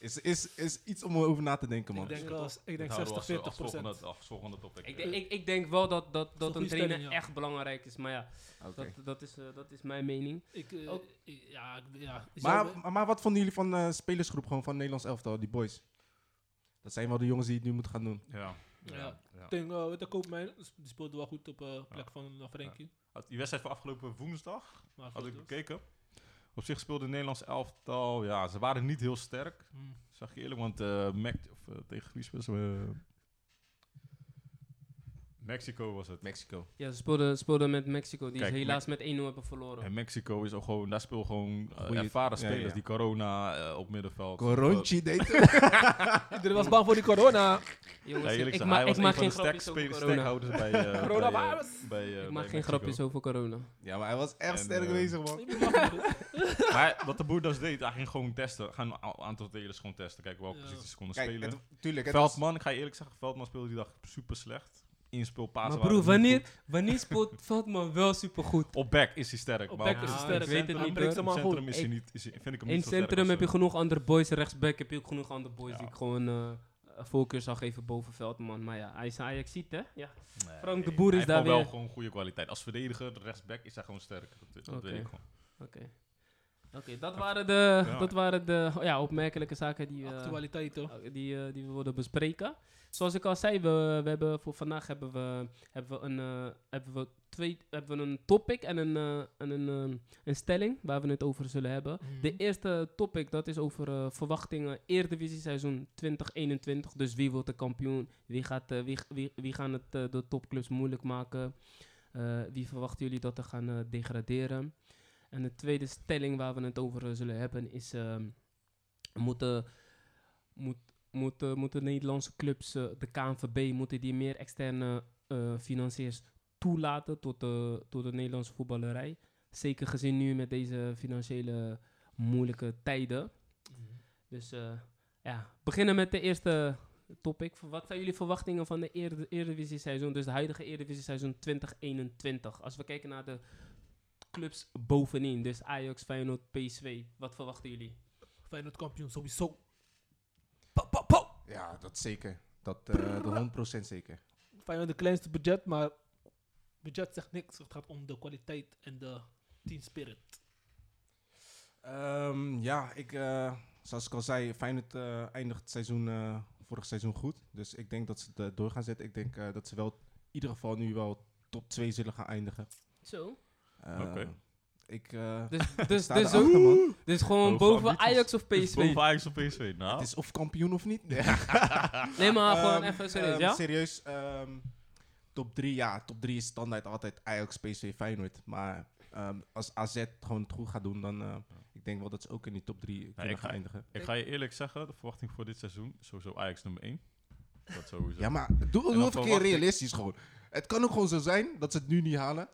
Is, is, is iets om over na te denken, man. Ik denk, eh, ik dit denk houden 60, we als, 40 als procent. volgende, als volgende topic. ik, denk- ik, ik denk wel dat, dat, dat Eh, goede een trainer stelling, ja. echt belangrijk is. Maar ja, Oké. dat, dat, is, eh, dat is mijn mening. Ik, eh, Ook- ik- ja, ik- ja. ik zou- Maar, maar, maar wat vonden jullie van de spelersgroep gewoon van Nederlands elftal, die boys? Dat zijn wel de jongens die het nu moeten gaan doen. Ja. Ja. ja. Ik denk, eh, weet je, Koopmijn die speelde wel goed op eh plek Ja. van eh, Frenkie. Had Die wedstrijd van afgelopen woensdag, Maar Had goed, dus. ik hoor. bekeken. Op zich speelde het Nederlands elftal. Ja, ze waren niet heel sterk. Hmm. Zag je eerlijk. Want eh Mac, of, eh, tegen wie speelden ze? eh, Mexico was het. Mexico. Ja, ze speelden, speelden met Mexico, die Kijk, ze helaas met 1-0 hebben verloren. En Mexico is ook gewoon, daar speel gewoon eh, Goeie- ervaren ja, spelers ja. die corona eh, op middenveld. Coronchi deed het. Iedereen was bang voor die corona. Ja, Jongens, eerlijk ik, gezegd, ma hij ik was een maak van de geen sterk grapjes over spelers, corona. sterkhouders bij, eh bij, eh, Coronavirus. bij, eh, Ik bij maak geen Mexico. grapjes over corona. Ja, maar hij was echt En, sterk eh, bezig, man. Maar wat de boer dus deed, hij ging gewoon testen. Gaan een a- aantal telers gewoon testen. Kijken welke Ja. posities ze konden Kijk, spelen. het, tuurlijk, het was- Veldman, ik ga je eerlijk zeggen, Veldman speelde die dag super slecht. Inspeelpaas. Maar broer, wanneer, wanneer speelt Veldman wel supergoed? Op back is hij sterk. Op maar back is in hij ik sterk. weet het Hij niet, breekt hoor. hem aan goed. centrum is hij Ik- niet, is hij, vind ik hem In niet zo sterk centrum als, heb je eh, genoeg andere boys. Rechtsback heb je ook genoeg andere boys Ja. die ik gewoon eh, eh, voorkeur zou geven boven Veldman. Maar ja, hij is Ajax ziet hè? Ja. nee, Frank de nee, Boer is hij daar heeft wel weer. gewoon goede kwaliteit. Als verdediger, rechtsback is hij gewoon sterk. Dat, dat Oké. weet ik gewoon. Oké, dat waren de, Ja. dat waren de oh ja, opmerkelijke zaken die, eh, Actualiteit, hoor. die, eh, die we wilden bespreken. Zoals ik al zei, we, we hebben voor vandaag hebben we, hebben we, een, eh, hebben we, twee, hebben we een topic en, een, eh, en een, ehm, een stelling waar we het over zullen hebben. Mhm. De eerste topic dat is over eh, verwachtingen Eredivisie seizoen 2021. Dus wie wordt de kampioen? Wie, gaat, eh, wie, wie, wie gaan het eh, de topclubs moeilijk maken? Eh, wie verwachten jullie dat er gaan eh, degraderen? En de tweede stelling waar we het over eh, zullen hebben is... ehm, moeten, moet, moeten, moeten Nederlandse clubs, eh, de KNVB, moeten die meer externe eh, financiers toelaten tot de, tot de Nederlandse voetballerij? Zeker gezien nu met deze financiële moeilijke tijden. Mhm. Dus eh, ja, beginnen met de eerste topic. Voor Wat zijn jullie verwachtingen van de Erde- Eredivisie seizoen, dus de huidige Eredivisie seizoen 2021? Als we kijken naar de clubs bovenin, dus Ajax, Feyenoord, PSV, wat verwachten jullie? Feyenoord kampioen, sowieso. Pau, pau, pau. Ja, dat zeker. Dat, eh dat 100% zeker. Feyenoord de kleinste budget, maar budget zegt niks. Het gaat om de kwaliteit en de team spirit. Ehm, ja, ik, eh, zoals ik al zei, Feyenoord eh, eindigt het seizoen, eh, vorig seizoen goed. Dus ik denk dat ze het eh, door gaan zetten. Ik denk eh, dat ze wel in ieder geval nu wel top 2 zullen gaan eindigen. Zo. Eh, Oké. Ik eh Dus, dus, sta dus, erachter, man. dus gewoon Hoge boven ambities. Ajax of Dus PSV? boven Ajax of PSV. Nou, Het is of kampioen of niet. Nee. Nee, maar Oh. Nou, gewoon Ehm, even serieus, ehm, ja? Serieus, ehm, top 3, ja, top 3 is standaard altijd Ajax, PSV, Feyenoord. Maar ehm, als AZ gewoon het goed gaat doen, dan eh, ik denk wel dat ze ook in die top 3 kunnen ik gaan ga- eindigen. ik ga je eerlijk zeggen, de verwachting voor dit seizoen is sowieso Ajax nummer 1. Dat sowieso. Ja, maar doe, doe even een keer verwacht ik- realistisch gewoon. Het kan ook gewoon zo zijn dat ze het nu niet halen.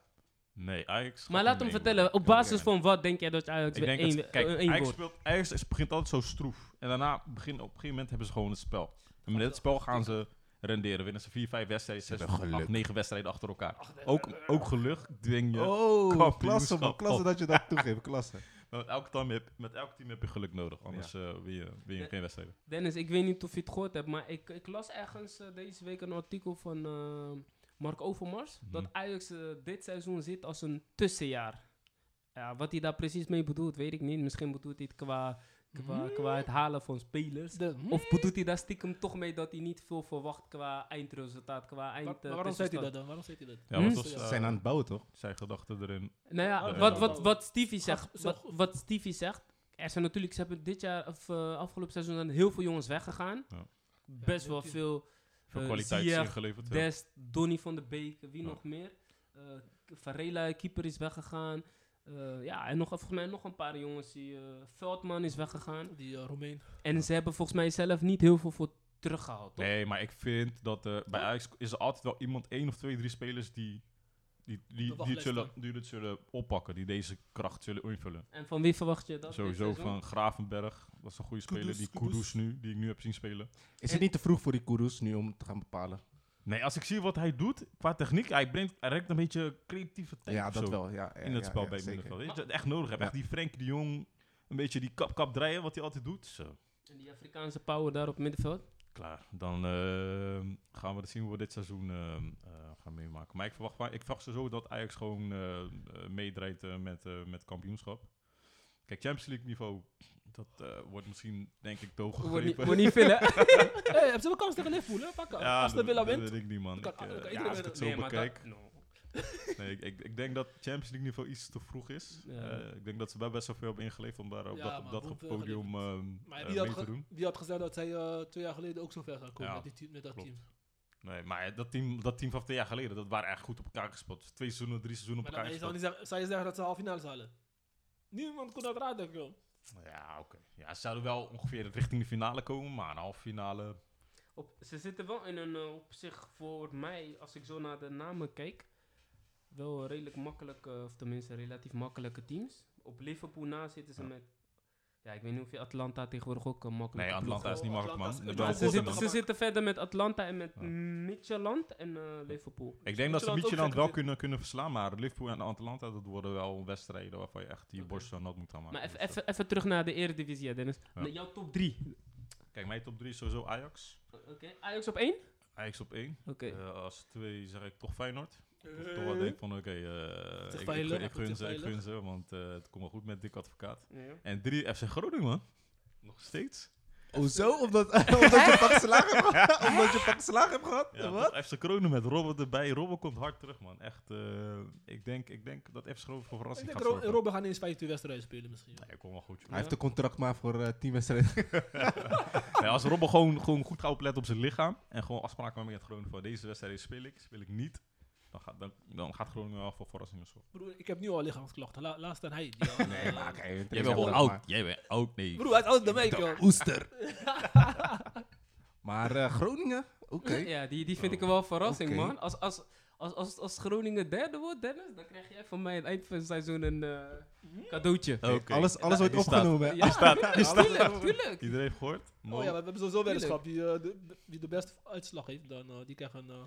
Nee, Ajax. gaat Maar laat nummer hem één vertellen, worden. op basis oké. van wat denk jij dat Ajax Ik weer denk dat, ze- één kijk, eh, één Ajax, wordt? speelt, Ajax is- begint altijd zo stroef. En daarna, begin, op een gegeven moment, hebben ze gewoon het spel. En met het spel gaan ze renderen. Winnen ze 4, 5 wedstrijden, 6, hebben 8, geluk. 9 wedstrijden achter elkaar. Ook, ook geluk dwing je. Oh, kampioenschap klasse man. Klasse op. dat je dat toegeeft, klasse. Maar Met, elk team heb, met elk team heb je geluk nodig. Anders eh, win je, win je Ja. geen wedstrijden. Dennis, ik weet niet of je het gehoord hebt, maar ik, ik las ergens eh, deze week een artikel van eh, Mark Overmars. Mhm. Dat Ajax eh, dit seizoen zit als een tussenjaar. Ja, wat hij daar precies mee bedoelt, weet ik niet. Misschien bedoelt hij het qua, qua, qua het halen van spelers. De, Of bedoelt hij daar stiekem toch mee dat hij niet veel verwacht qua eindresultaat, qua eind... Waar- eh, waarom zei hij tussenstand? dat dan? Waarom zei hij dat? Ja, Hm? wat was, Ze eh, Ze zijn aan het bouwen, toch? zijn gedachten erin. Nou ja, Ja, wat, ja. wat, wat Stevie zegt, Gaat- wat, zo- wat Stevie zegt, er zijn natuurlijk, ze hebben dit jaar of eh, afgelopen seizoen zijn heel veel jongens weggegaan. Ja. Best Ja, wel dit- veel. Veel Eh, kwaliteit is Ziyech, ingeleverd. ja. Dest, Donny van der Beek, wie Ja. nog meer? Eh, Varela, keeper is weggegaan. Eh, ja, en nog, volgens mij nog een paar jongens. Die, eh, Veldman is weggegaan. Die eh, Romein. En ze hebben volgens mij zelf niet heel veel voor teruggehaald, toch? Nee, maar ik vind dat eh, bij Ajax is er altijd wel iemand, één of twee, drie spelers die, die, die, die, het wachtlijst zullen, die het zullen oppakken. Die deze kracht zullen invullen. En van wie verwacht je dat? dit Sowieso seizoen? van Gravenberg, dat is een goede speler. Kudus, die Kudus. Kudus nu, die ik nu heb zien spelen. En- Is het niet te vroeg voor die Kourous nu om te gaan bepalen? Nee, als ik zie wat hij doet qua techniek, hij brengt hij reikt een beetje creativiteit Ja, of dat zo wel. Ja, ja, in het ja, spel ja, bij het zeker. middenveld. Ah. Weet je, dat echt nodig hebt. Ja. Echt die Frenkie de Jong, een beetje die kap-kap draaien wat hij altijd doet. Zo, En die Afrikaanse power daar op middenveld. klaar. Dan ehm, gaan we dat zien hoe we dit seizoen ehm, eh, gaan meemaken. Maar ik verwacht, maar ik verwacht sowieso dat Ajax gewoon eh, eh, meedraait eh, met, eh, met kampioenschap. Kijk, Champions League niveau, dat eh, wordt misschien denk ik te hoog Wordt niet- gegrepen. wordt niet veel, hè? Hey, hebben ze wel kans tegen Liverpool? Hè? Pakken. Als de dat- Villa dat wint. weet ik niet, man. kan- Ik, eh, dat kan ja, iedereen als ik het zo Nee, maar dat- bekijk. no. Nee, ik, ik, ik denk dat Champions League niveau iets te vroeg is. Ja. Eh, ik denk dat ze wel best wel veel hebben ingeleefd om daar op Ja, dat, op maar dat goed, eh, podium ehm, Maar eh, wie mee had, te ge- doen. wie had gezegd dat zij eh, twee jaar geleden ook zo ver zou komen Ja, met, die team, met dat klopt. team? Nee, maar dat team, dat team van twee jaar geleden, dat waren echt goed op elkaar gespot. Twee seizoenen, drie seizoenen Maar op dan elkaar je zou, gespot. niet zeggen, zou je zeggen dat ze halve finales halen? Niemand kon dat raden, joh. Ja, oké. Ja, ze zouden wel ongeveer richting de finale komen, maar een halve finale... Op, ze zitten wel in een, eh, op zich voor mij, als ik zo naar de namen kijk, wel een redelijk makkelijke, of tenminste relatief makkelijke teams. Op Liverpool na zitten ze Ja. met, ja, ik weet niet of je Atlanta tegenwoordig ook een makkelijke Nee, ploeg Atlanta is Oh, niet makkelijk, Atlanta man. Dat is- Maar wel Maar ze, goed, zitten, man. ze zitten verder met Atlanta en met Ja. Midtjylland en eh, Liverpool. Ik denk dat ze Midtjylland ook Midtjylland gek wel dit. kunnen, kunnen verslaan, maar Liverpool en Atalanta, dat worden wel wedstrijden waarvan je echt je Oké. borst zo nat moet aanmaken. Maar even- Dus dat- even- even terug naar de Eredivisie, hè, Dennis. Ja. Nee, jouw top 3. Kijk, mijn top 3 is sowieso Ajax. Oké, Ajax op 1? Ajax op 1. Oké. als 2 zeg ik toch Feyenoord. Of toch wel denk van, oké, eh, Te ik, ik, veilig, ik te gun ze, ik veilig. gun ze, want eh, het komt wel goed met Dick Advocaat. Ja. En drie, FC Groningen, man. Nog steeds. Hoezo? Omdat, omdat je pak slaag hebt gehad? Omdat je pak slaag hebt gehad? Ja, Wat? toch FC Groningen met Robben erbij. Robben komt hard terug, man. Echt, eh, ik, denk, ik denk dat FC Groningen voor Ik verrassing denk, gaat Ro zorgen. Robben gaat eens 25 wedstrijden spelen misschien. Nee, kom wel goed. joh. Hij heeft een contract maar voor eh, 10 wedstrijden. Nee, als Robben gewoon, gewoon goed gaat opletten op zijn lichaam en gewoon afspraken maakt met Groningen voor deze wedstrijd speel ik, speel ik niet, dan gaat, dan, dan gaat Groningen wel voor verrassingen zorgen. Broer, ik heb nu al lichaamsklachten. La laatst aan hij. die al- eh, Jij Jij bent oud, nee. Broer, hij is ouder dan mij, joh. Oester. maar eh, Groningen? Oké. Ja, die, die vind ik wel een verrassing, Oké. man. Als, als, als, als, als Groningen derde wordt, Dennis, dan krijg jij van mij aan het eind van het seizoen een eh, cadeautje. Oké. Alles, alles wordt Die staat. opgenomen. hè? Ja, staat- die staat- tuurlijk, tuurlijk. Iedereen heeft gehoord? Oh ja, we hebben sowieso een Tuurlijk. weddenschap. Wie, eh, de, wie de beste uitslag heeft, dan eh, die krijgt, een, eh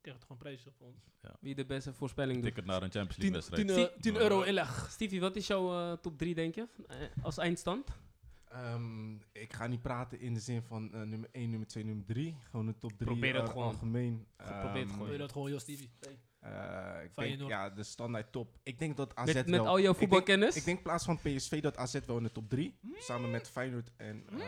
krijgt toch een prijsje voor ons. Wie de beste voorspelling doet. ticket naar een Champions 10, League wedstrijd. eh, 10 euro inleg. Stevie, wat is jouw eh, top 3, denk je? Eh, als eindstand? Ehm, ik ga niet praten in de zin van eh, nummer 1, nummer 2, nummer 3. Gewoon de top 3 Probeer het gewoon. algemeen. Probeer het Ehm, Wil je gewoon. dat gewoon, Jostivi? Nee. eh, ik denk, Feyenoord. ja, de standaard top. Ik denk dat AZ Met, wel... met al jouw Ik denk- voetbalkennis? Ik denk in plaats van PSV dat AZ wel in de top 3. Samen met Feyenoord en, ehm,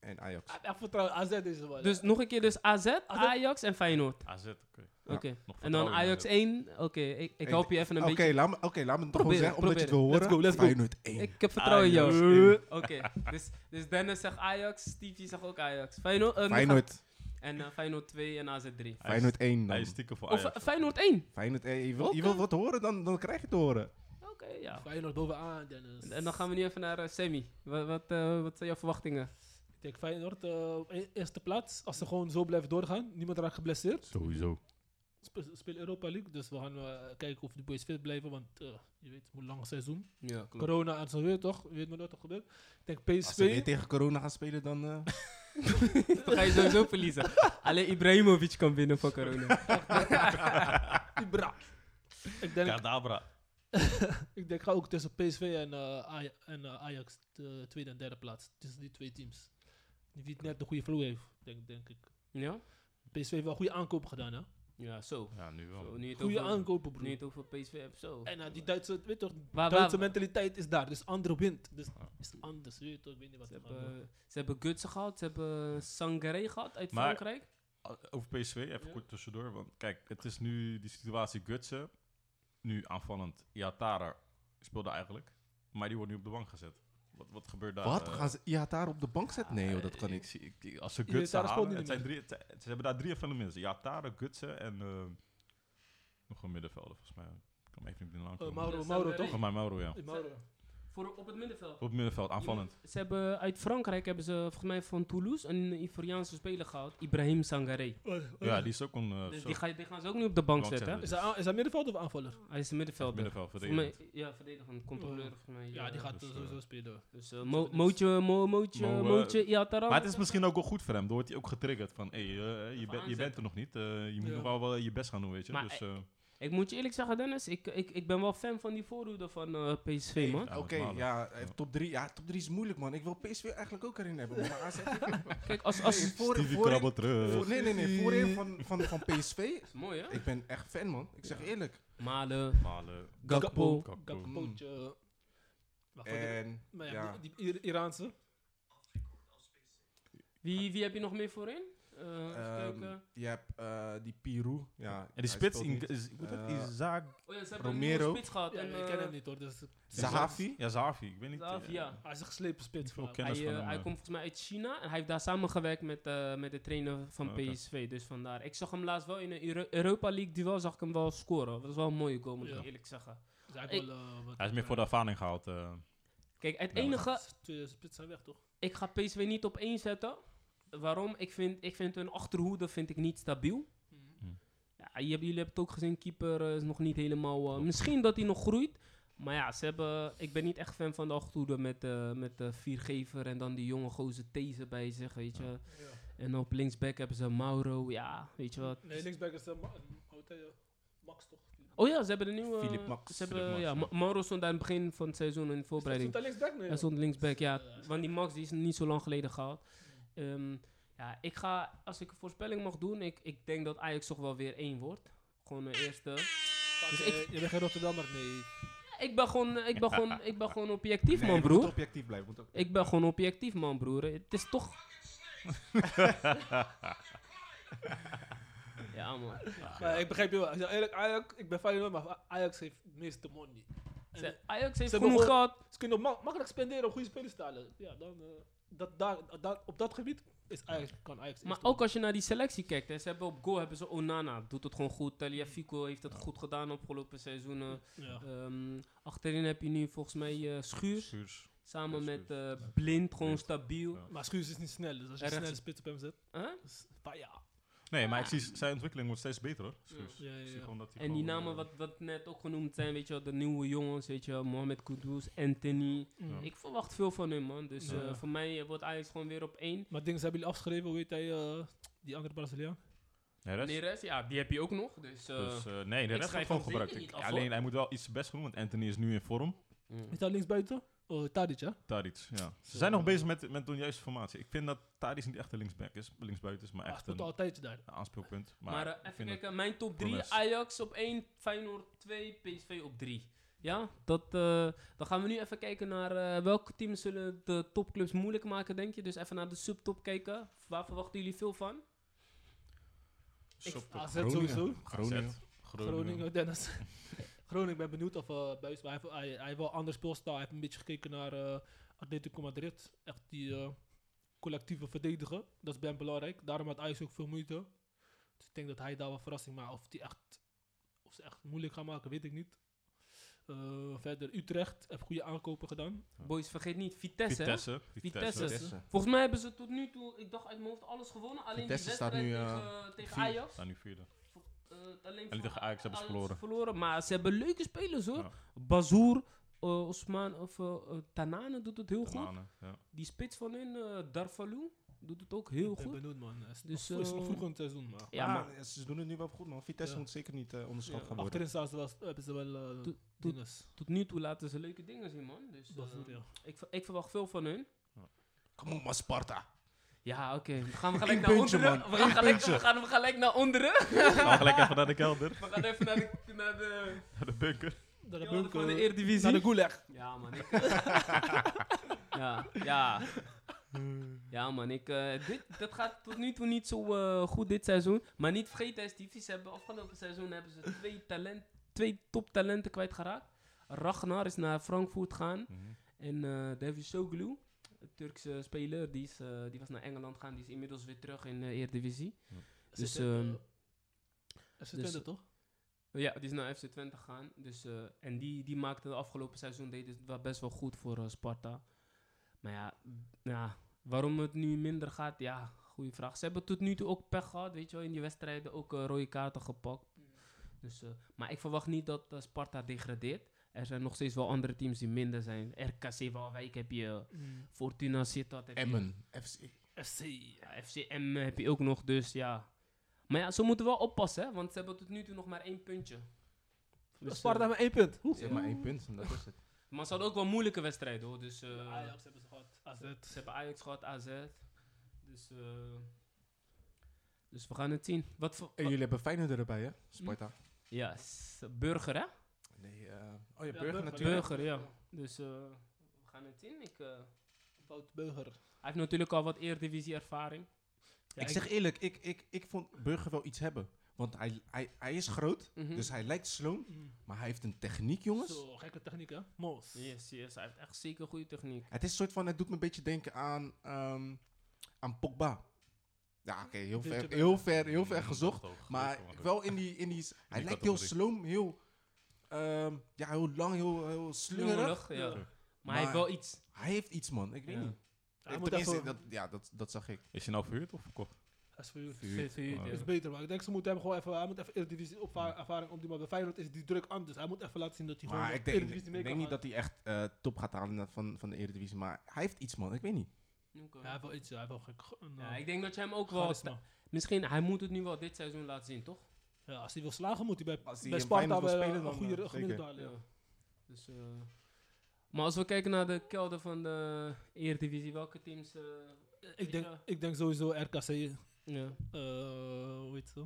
en Ah, Ajax. Ik vertrouw AZ is er wel. Dus nog een keer, dus AZ, Ajax en Feyenoord. AZ, oké. Oké. Ja. Nog En dan vertrouwen in Ajax AZ. 1. Oké, ik, ik Ik help je even een Oké, beetje. laat me, oké, laat me het gewoon Proberen, zeggen, omdat je het wil proberen. horen. Let's go, let's go. Feyenoord 1. Ik heb vertrouwen in jou. Ajax Oké, dus, dus Dennis zegt Ajax, Stevie zegt ook Ajax. Feyenoord, eh, nog- Feyenoord, En eh, Feyenoord 2 en AZ 3. Hij is- Feyenoord 1 Hij dan. is stiekem voor Of Ajax. eh, Feyenoord 1. Feyenoord 1. Je wil, je Oké. wil wat horen, dan, dan krijg je het te horen. Oké, ja. Feyenoord bovenaan, Dennis. En dan gaan we nu even naar eh, Sammy. Wat, wat, eh, wat zijn jouw verwachtingen? Ik denk Feyenoord eh, op e- eerste plaats. Als ze gewoon zo blijven doorgaan, niemand raakt geblesseerd. Sowieso. Sp- Speel Europa League, dus we gaan eh, kijken of de boys fit blijven, want eh, je weet, het moet een lang seizoen. Ja, klopt. Corona en zo weer toch? Je weet maar wat er gebeurt. Ik denk Als ze weer PSV. tegen corona gaan spelen, dan... eh, Dan ga je sowieso verliezen. Alleen Ibrahimovic kan winnen van corona. Ibra. ik denk, Kadabra. ik denk ga ook tussen PSV en, eh, Aj- en eh, Ajax de tweede en derde plaats. Tussen die twee teams. Wie het net de goede flow heeft, denk, denk ik. Ja? PSV heeft wel goede aankopen gedaan, hè? Ja, zo. Ja, nu wel. Zo, nu je het Goede over- aankopen, broer. Nu je het over PSV hebt, zo. En eh, die Duitse, weet toch, Waar- Duitse waar- mentaliteit is daar. Dus andere wint. Dus Ja. is anders. Weet je toch, ik weet niet wat Ze er gaat gebeuren. hebben, ze hebben Gutsen gehad, ze hebben Sangaré gehad uit Maar- Frankrijk. eh, Over PSV, even Ja. kort tussendoor. Want kijk, het is nu die situatie Gutsen. Nu aanvallend. Iatara speelde eigenlijk. Maar die wordt nu op de bank gezet. Wat, wat gebeurt daar? wat? eh? Gaan ze ja, daar op de bank zetten? Nee, joh, dat kan Eh, niet. zie- ik- ik- als ze Iatara Gutsen speelt halen, niet het zijn meer. drie, het zijn- ze hebben daar drie van de mensen. Iatara, Gutsen en eh, nog een middenvelder volgens mij. Ik kan me even niet meer de naam Eh, komen. Mauro, Dus Mauro Sangaré. toch? Volgens mij Mauro, ja. Eh, Mauro. Voor, op het middenveld. Op het middenveld, aanvallend. Ze hebben uit Frankrijk hebben ze volgens mij van Toulouse een Ivoriaanse speler gehaald, Ibrahim Sangaré. Ja, die is ook een... eh, Dus zo- die, ga, je- die gaan ze ook nu op de bank Bank zetten. hè? eh, Is hij, aan- is hij middenveld of aanvaller? Hij is een middenvelder. middenveld, Volgens mij- ja, verdedigend controleur. Oh. volgens mij, Ja, die gaat dus, eh, eh, sowieso spelen. Dus eh, Mo- Mootje, Mo- Mootje, Mo, eh, Mootje, Iatara. Maar het is misschien ook wel goed voor hem. Dan wordt hij ook getriggerd van, hé, hey, eh, je, bent- je bent er nog niet. eh, je moet Ja. nog wel, wel je best gaan doen, weet je. Maar, dus, eh, Ik moet je eerlijk zeggen, Dennis, ik, ik, ik ben wel fan van die voorhoede van eh, PSV, man. Oké, Ja, normaal, hè. ja, eh, top 3. Ja, top 3 is moeilijk, man. Ik wil PSV eigenlijk ook erin hebben. Maar AZ... Kijk, als... als Nee, voor- Stevie eh, voor- krabbelt terug. voor- Nee, nee, nee. Voorin van, van, van PSV... mooi, hè? Ik ben echt fan, man. Ik zeg eerlijk. Malen, Malen, Gakpo. Gakpo. Gakpootje. eh, wacht, wat ik- En Maar ja, Eh, ja, die, die Ira- Iraanse. Wie, wie heb je nog meer voorin? Eh, even ehm, kijken. je hebt eh, die Pirou. Ja, En hij die spits, speelt in, niet. is, hoe dat Eh, Isaac... Oh ja, ze hebben een Romero. nieuwe spits gehad. Ja, en, ik ken eh, hem niet hoor. Dus Zahavi. Ja, Zahavi, ik weet niet. eh, Zahavi, ja. hij is een geslepen spits. Veel maar- kennis. Hij, van eh, hem, hij ja. komt volgens mij uit China en hij heeft daar samengewerkt met, eh, met de trainer van Oh, Oké. PSV. Dus vandaar. Ik zag hem laatst wel in een Euro- Europa League duel, zag ik hem wel scoren. Dat was wel een mooie goal, moet Ja. ik eerlijk zeggen. Dus hij, heeft wel, eh, wat- Hij is meer voor de ervaring gehaald. eh. Kijk, het Ja. enige, Twee spits zijn weg toch? ik ga PSV niet op één zetten. Waarom? Ik vind, ik vind hun achterhoede vind ik niet stabiel. Mhm. Ja, je hebt- jullie hebben het ook gezien, keeper eh, is nog niet helemaal... eh, misschien dat hij nog groeit. Maar ja, ze hebben, ik ben niet echt fan van de achterhoede met, eh met de viergever en dan die jonge gozer These bij zich, weet je. En op linksback hebben ze Mauro, ja, weet je wat. Nee, linksback is eh, Ma- hoe heet hij, eh, Max toch? Oh ja, ze hebben de nieuwe... Philip Max. Ze hebben, Philip Max, ja, ja. Ma- Mauro stond aan het begin van het seizoen in de voorbereiding. Stond hij linksback? Nee. Hij joh. stond linksback, ja. Ja, Want die Max die is niet zo lang geleden gehaald. Ehm, ja, ik ga, als ik een voorspelling mag doen, ik, ik denk dat Ajax toch wel weer één wordt. Gewoon de eerste. Dus Eh, ik- Je bent geen Rotterdammer, nee. Ik ben gewoon, ik ben gewoon, ik ben gewoon objectief, Nee, man, je broer. Moet objectief blijven. Moet ook... Ik ben gewoon objectief, man, broer. Het is toch... ja, man. Maar ik begrijp je wel. Ik zeg eerlijk, Ajax, ik ben Feyenoord, maar Ajax heeft het meeste money. Dus En Ze- Ajax heeft Ze genoeg hebben gehad. Ze kunnen ma- makkelijk spenderen om goede spelers te halen. Ja, dan, eh, dat, daar, dat, op dat gebied is Ajax, kan Ajax Maar eerst ook als je naar die selectie kijkt, hè, ze hebben op goal hebben ze Onana, doet het gewoon goed. Talia Fico heeft het goed gedaan afgelopen seizoenen. Ja. Ehm, achterin heb je nu volgens mij eh, Schuurs, Schuurs. samen Ja, met Schuurs. eh, Blind, gewoon Blind. stabiel. Ja. Maar Schuurs is niet snel, dus als je En snelle rechts- spits op hem zet, Huh? is maar ja. Nee, maar ik zie, zijn ontwikkeling wordt steeds beter hoor. Schuurs. Ja, ja, Ik zie ja. gewoon dat hij En die gewoon, namen eh, wat, wat net ook genoemd zijn, weet je wel, de nieuwe jongens, weet je wel, Mohamed Kudus, Anthony. Mm. Ik verwacht veel van hem, man. Dus Ja. eh, voor mij eh, wordt Ajax gewoon weer op één. Maar dingen hebben jullie afgeschreven, hoe heet hij, eh, die andere Braziliaan? Neres? Neres, ja, die heb je ook nog. Dus, eh, Dus, eh, nee, de ik rest schrijf hem zeker wordt gewoon gebruikt. niet Ik- af, alleen hoor. hij moet wel iets zijn best doen, want Anthony is nu in vorm. mm. Is hij linksbuiten? Oh, Tadic, hè? Tadic, ja. Ze Zo. zijn nog bezig met, met de juiste formatie. Ik vind dat Tadic niet echt een linksback is, linksbuiten is, maar Ah, Hij echt speelt een, al een tijdje daar. een aanspeelpunt. Maar, Maar, eh, ik even vind dat- kijken, mijn top 3, Promes. Ajax op 1, Feyenoord 2, PSV op 3. Ja, dat, eh, dan gaan we nu even kijken naar eh, welke teams zullen de topclubs moeilijk maken, denk je? Dus even naar de subtop kijken. Waar verwachten jullie veel van? Ik- Sop- AZ Groningen. sowieso. Groningen. AZ, Groningen. Groningen, oh, Dennis. Groningen, ik ben benieuwd of eh Buis, maar hij, heeft- hij, hij heeft wel een ander speelstijl. Hij heeft een beetje gekeken naar eh, Atletico Madrid. Echt die eh, collectieve verdedigen. Dat is ben belangrijk. Daarom had Ajax ook veel moeite. Dus ik denk dat hij daar wel verrassing maakt. Of, die echt, of ze echt moeilijk gaan maken, weet ik niet. Eh, verder Utrecht heeft goede aankopen gedaan. Boys, vergeet niet, Vitesse. hè? Vitesse. Vitesse. Vitesse. Volgens mij hebben ze tot nu toe, ik dacht uit mijn hoofd, alles gewonnen. Alleen Vitesse die staat wedstrijd nu, tegen, tegen eh, Vier. Ajax. Staan nu vierde. eh, alleen En van tegen Ajax hebben ze verloren. Maar ze hebben leuke spelers hoor. Ja. Bazoer, eh, Osman of eh, eh, Tanane doet het heel goed. Manen, ja. Die spits van hun, eh Darfalou, doet het ook heel ik ben goed. benieuwd, man. Het is Dus, nog, vroeg- is nog eh, vroeg in het seizoen. Maar. Ja, maar maar ze doen het nu wel goed, man. Vitesse Ja. moet zeker niet eh, onderschat Ja, gaan worden. achterin staan ze wel- hebben ze wel eh Doe- doe- dinges. tot nu toe laten ze leuke dingen zien, man. Dus, eh, Bazoer, ja. ik, ver- ik verwacht veel van hun. Kom op, maar Sparta. Ja, oké. We gaan we gelijk Eén naar puntje, onderen. man. We gaan Eén gelijk, puntje. we gaan we gelijk naar onderen. Gaan we gelijk even naar de kelder, We gaan even naar de, naar de, naar de bunker. Dan ja, heb ik, van de eh, Eredivisie. naar de Gulag. Ja, man. Ik, ja, ja. Ja, man. Ik, eh, dit, dat gaat tot nu toe niet zo eh, goed dit seizoen. Maar niet vergeten, Stiefjes hebben afgelopen seizoen hebben ze twee, talent, twee toptalenten kwijtgeraakt. Ragnar is naar Frankfurt gegaan. En eh Davy Soglu, een Turkse speler, die, is, eh, die was naar Engeland gegaan. Die is inmiddels weer terug in de Eredivisie. Dus, ehm, is dus- het toch? Ja, die is naar FC Twente gegaan. Dus, eh, en die, die maakte de afgelopen seizoen deed het wel best wel goed voor eh, Sparta. Maar ja, m, ja, waarom het nu minder gaat, ja, goede vraag. Ze hebben tot nu toe ook pech gehad, weet je wel, in die wedstrijden ook eh, rode kaarten gepakt. Dus, eh, maar ik verwacht niet dat eh, Sparta degradeert. Er zijn nog steeds wel andere teams die minder zijn. RKC Waalwijk heb je, eh, Mm. Fortuna Sittard heb je. Emmen. FC. FC. Ja, FCM heb je ook nog, dus ja. Maar ja, ze moeten wel oppassen, hè, want ze hebben tot nu toe nog maar één puntje. Dus, Sparta eh, met één punt. Ze hebben maar één punt en dat is het. maar ze hadden ook wel moeilijke wedstrijden hoor. Dus, eh, Ajax hebben ze gehad. AZ. ze hebben Ajax gehad, AZ. Dus, eh, dus we gaan het zien. Wat voor. En wa- jullie hebben Feyenoord erbij, hè? Sparta. Ja, s- burger hè? Nee, eh, oh ja, Ja, Burger Burger. natuurlijk. Burger, ja. Dus eh, we gaan het zien. Ik, eh, Wout Burger. hij heeft natuurlijk al wat eerdivisie ervaring. Ja, ik zeg eerlijk, ik, ik, ik vond Burger wel iets hebben. Want hij, hij, hij is groot, Mhm. dus hij lijkt sloom. Mm. Maar hij heeft een techniek, jongens. Zo, gekke techniek hè? Moos. Yes, yes. Hij heeft echt zeker goede techniek. Het is een soort van, het doet me een beetje denken aan, ehm, aan Pogba. Ja, oké, heel, Beetje ver, be- heel ver, heel ver gezocht. Dat is toch Maar gelukkig, wel in die, in die hij had lijkt hem heel al niet. sloom, heel, ehm, ja, heel lang, heel, heel slungerig. Klungelig, ja. Ja. Maar, hij heeft Maar- wel iets. Hij heeft iets, man. Ik weet Ja. niet. Hij Ik- moet tenminste, even... dat, ja, dat, dat zag ik. Is hij nou verhuurd of verkocht? Hij is verhuurd. Veel verhuurd, Oh. Is ja. beter, maar ik denk ze moeten hem gewoon even... Hij moet even Eredivisie opva- ervaring opdoen. Maar bij Feyenoord is die druk anders. Hij moet even laten zien dat hij gewoon Maar de ik denk, Eredivisie mee ik denk kan niet dat hij echt eh, top gaat halen van, van de Eredivisie. Maar hij heeft iets, man. Ik weet niet. Oké. gaan. Ja, hij heeft wel iets. ja, Hij heeft wel gek... een, Ja, eh, ik denk dat je hem ook wel... charisma. Misschien, hij moet het nu wel dit seizoen laten zien, toch? Ja, als hij wil slagen moet hij bij, Als hij bij in Sparta Feyenoord wil wel eh, spelen, een dan, goede eh, gemiddelde zeker. halen, ja. Dus, eh, maar als we kijken naar de kelder van de Eredivisie, welke teams... eh, Ik eh, denk, ik denk sowieso RKC ja. eh hoe heet ze?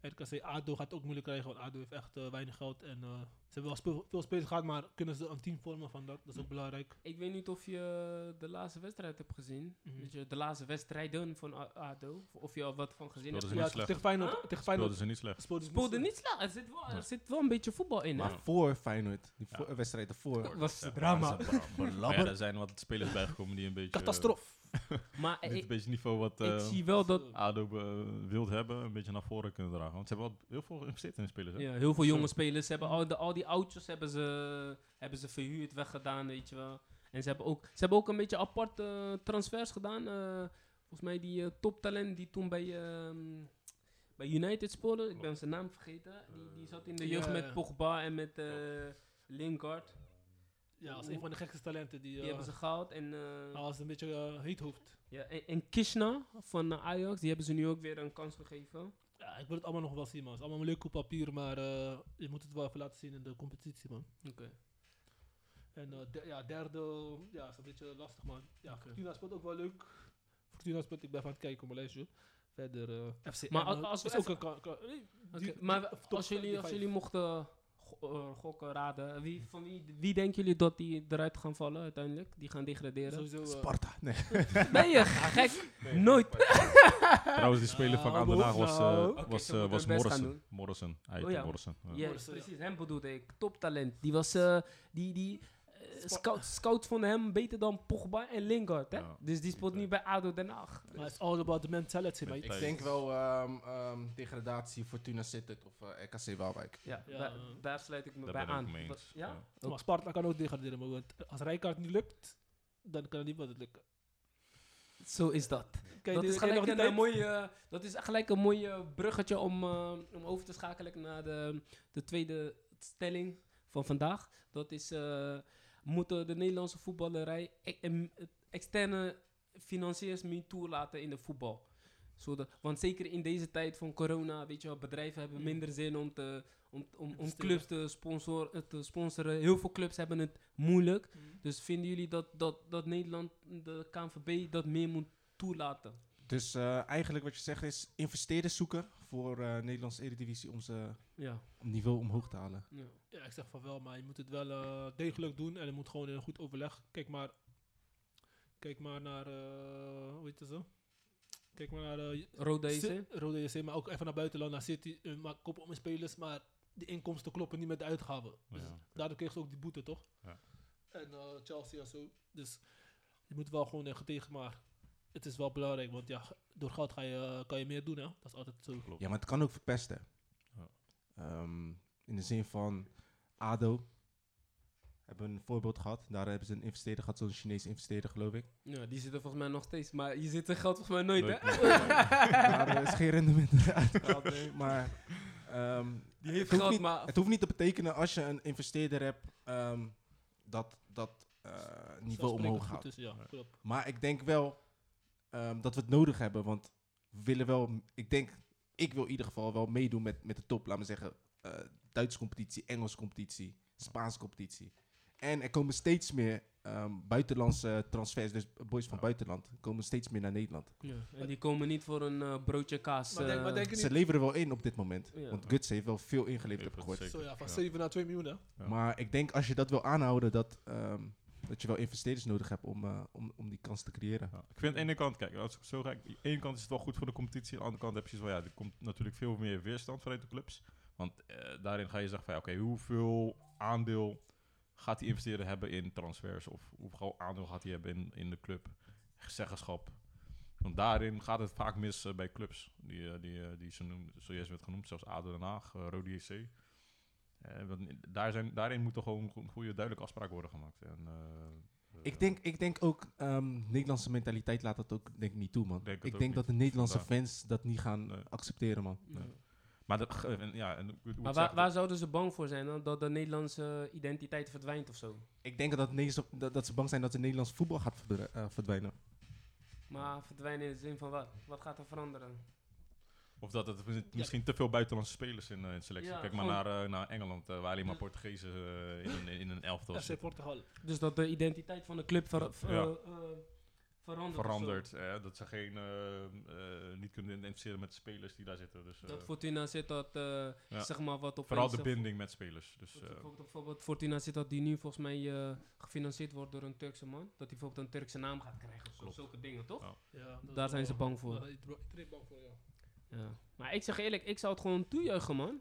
RKC ADO gaat het ook moeilijk krijgen, want ADO heeft echt eh, weinig geld. En eh, ze hebben wel speel- veel spelers gehad, maar kunnen ze een team vormen van dat? Dat is ook belangrijk. Ik weet niet of je de laatste wedstrijd hebt gezien. Mhm. Weet je, de laatste wedstrijden van A- Ado. Of- Of je al wat van gezien hebt. Speelden Ja, niet slecht. tegen Feyenoord, tegen Feyenoord Speelden ze niet slecht. speelde ze Speelde niet niet slaag. Er zit, wel, er zit wel een beetje voetbal in, hè? Maar voor Feyenoord, die voor, Ja. wedstrijd ervoor. was het drama. Ja, er zijn wat spelers bijgekomen die een beetje... Catastrof. Maar Dit ik, een beetje niveau wat ik eh, zie wel dat... ADO eh, wilt hebben, een beetje naar voren kunnen dragen. Want ze hebben wel heel veel geïnvesteerd in de spelers. Hè? Ja, heel veel jonge spelers. Ze hebben al, de, al die oudjes hebben ze, hebben ze verhuurd, weggedaan, weet je wel. En ze hebben ook, ze hebben ook een beetje apart eh, transfers gedaan. Eh, volgens mij die eh, toptalent die toen bij, ehm, bij United speelde. Ik ben zijn naam vergeten. Die, die zat in de Ja, jeugd ja. met Pogba en met eh Lingard. Ja, als een van de gekste talenten die. Die eh, hebben ze gehaald. En, eh, hij was een beetje eh, heet hoofd. ja, en, en Kishna van eh, Ajax, die hebben ze nu ook weer een kans gegeven. Ja, ik wil het allemaal nog wel zien, man. Het is allemaal leuk op papier, maar eh, je moet het wel even laten zien in de competitie, man. Oké. En eh, de- ja, derde ja, is een beetje lastig, maar ja, Fortuna speelt ook wel leuk. Fortuna speelt, ik ben van het kijken op mijn lijstje. Verder eh FC Maar Emmen a- als we is ook een ka- ka- eh, die- Oké, maar top als vijf, jullie, die als vijf. jullie mochten go- eh, gokken, raden, wie, van wie, wie denken jullie dat die eruit gaan vallen uiteindelijk? Die gaan degraderen? sowieso, eh, Sparta. Nee. Ben je gek? Nooit. Trouwens, die speler van Nou, aan de Haag was, eh, nou. Ah, Oké, was, ze eh, moeten was hun best gaan Morrison. doen. Morrison. Hij Oh heette ja. Morrison. ja. Ja, Morrison, ja. precies, hem bedoelde ik. Toptalent. Die was, eh, die, die eh, scout, scout vonden hem beter dan Pogba en Lingard, hè? Ja, dus die speelt die nu bij ADO Den Haag. maar it's all about the mentality, Met- mate. Ik denk wel ehm, ehm, degradatie Fortuna Sittard of eh, RKC Waalwijk. Ja, Ja, daar, eh, daar sluit ik me Daar bij ben ik aan. mee Wa- eens, Ja? ja. Ook. Maar Sparta kan ook degraderen, maar want als Rijkaard niet lukt, dan kan het niet wat het lukken. Zo is dat. Kijk, dat, is gelijk een, eh, mooie, eh, dat is gelijk een mooi eh, bruggetje om, eh, om over te schakelen naar de, de tweede stelling van vandaag. Dat is, eh, moeten de Nederlandse voetballerij e- em- externe financiers meer toelaten in de voetbal? Zodat, want zeker in deze tijd van corona, weet je wel, bedrijven hebben Mm. minder zin om, te, om, om, om Investeren. clubs te, sponsor, eh, te sponsoren. Heel veel clubs hebben het moeilijk. Mm. Dus vinden jullie dat, dat, dat Nederland, de KNVB, dat meer moet toelaten? Dus eh, eigenlijk wat je zegt is investeerders zoeken voor eh Nederlandse Eredivisie om ze Ja. om niveau omhoog te halen. ja. Ja, ik zeg van wel, maar je moet het wel eh, degelijk doen en het moet gewoon in een goed overleg. Kijk maar, kijk maar naar, eh, hoe heet het zo? Kijk maar naar eh, Rode Si- JC? Rode JC, maar ook even naar buitenland, naar City. eh, maar koppen om in spelers, maar de inkomsten kloppen niet met de uitgaven. Dus Ja. daardoor kreeg ze ook die boete, toch? Ja. En eh, Chelsea en zo. Dus je moet wel gewoon eh, getegen, maar het is wel belangrijk, want ja, door geld ga je, eh, kan je meer doen, hè? Dat is altijd zo. Klopt. Ja, maar het kan ook verpesten. Ja. Ehm, in de zin van ADO. Hebben we een voorbeeld gehad. Daar hebben ze een investeerder gehad, zo'n Chinese investeerder geloof ik. Ja, die zitten volgens mij nog steeds. Maar je zit er geld volgens mij nooit, Leuk, hè? Daar eh, is geen rendement uitgehaald, nee. Maar ehm, Die heeft het, geld, hoeft niet, maar... het hoeft niet te betekenen als je een investeerder hebt ehm, dat dat eh, niveau Zelfsprekend omhoog goed gaat. is, ja, Ja. klopt. Maar ik denk wel ehm, dat we het nodig hebben. Want we willen wel. Ik denk, ik wil in ieder geval wel meedoen met, met de top. Laten we zeggen, eh, Duitse competitie, Engelse competitie, Spaanse competitie. En er komen steeds meer ehm, buitenlandse transfers. Dus boys van Ja. buitenland komen steeds meer naar Nederland. En die komen niet voor een eh, broodje kaas. Maar denk, eh, maar denk je niet Ze leveren wel in op dit moment. Ja. Want Guts heeft wel veel ingeleverd, Levert heb ik gehoord. zeker. Zo ja, van Ja. 7 naar 2 miljoen hè? Ja. Maar ik denk als je dat wil aanhouden, dat, ehm, dat je wel investeerders nodig hebt om, eh, om, om die kans te creëren. Ja, ik vind aan de ene kant, kijk, als ik zo ga, aan de ene kant is het wel goed voor de competitie, aan de andere kant heb je zoiets van, ja, er komt natuurlijk veel meer weerstand vanuit de clubs. Want eh, daarin ga je zeggen van, ja, oké, hoeveel aandeel gaat die investeerder hebben in transfers of hoeveel aandeel gaat hij hebben in, in de club, zeggenschap. Want daarin gaat het vaak mis eh, bij clubs die, eh, die, eh, die zo noem- zojuist werd genoemd, zoals ADO Den Haag, eh, Rode JC. Eh, want daar zijn, daarin moeten gewoon een goede, duidelijke afspraken worden gemaakt. En, eh, Ik denk, ik denk ook, ehm, Nederlandse mentaliteit laat dat ook denk ik niet toe, man. Denk het ik ook denk dat de niet. Nederlandse Vandaar. fans dat niet gaan eh, Nee. accepteren, man. ja. Maar, dat, en, ja, en, hoe- hoe het Maar zegt, waar, waar zouden ze bang voor zijn? Dan? Dat de Nederlandse identiteit verdwijnt of zo? Ik denk dat, het Nederlands- dat, dat ze bang zijn dat de Nederlandse voetbal gaat verdre- eh, verdwijnen. Maar verdwijnen in de zin van wat? Wat gaat er veranderen? Of dat het mis- misschien te veel buitenlandse spelers in, eh, in de selectie. Ja, Kijk maar gewoon- naar, eh, naar Engeland, eh, waar alleen maar Portugezen eh, in, een- in een elftal FC zitten. Portugal. Dus dat de identiteit van de club ver- ver- Ja. eh, eh, verandert. of zo. Veranderd. eh, dat ze geen, eh, eh, niet kunnen identificeren met de spelers die daar zitten. Dus, eh, Dat Fortuna zit dat, eh, Ja. zeg maar, wat op vooral de binding met spelers. Dus, Dat eh, bijvoorbeeld, bijvoorbeeld Fortuna zit dat die nu volgens mij eh, gefinancierd wordt door een Turkse man. Dat hij bijvoorbeeld een Turkse naam gaat krijgen. of zo. Klopt. Zulke dingen, toch? Ja. Ja, dat Daar is zijn ze wel- bang voor. Ja, Iedereen bang voor, ja. Ja. Maar ik zeg eerlijk, ik zou het gewoon toejuichen, man.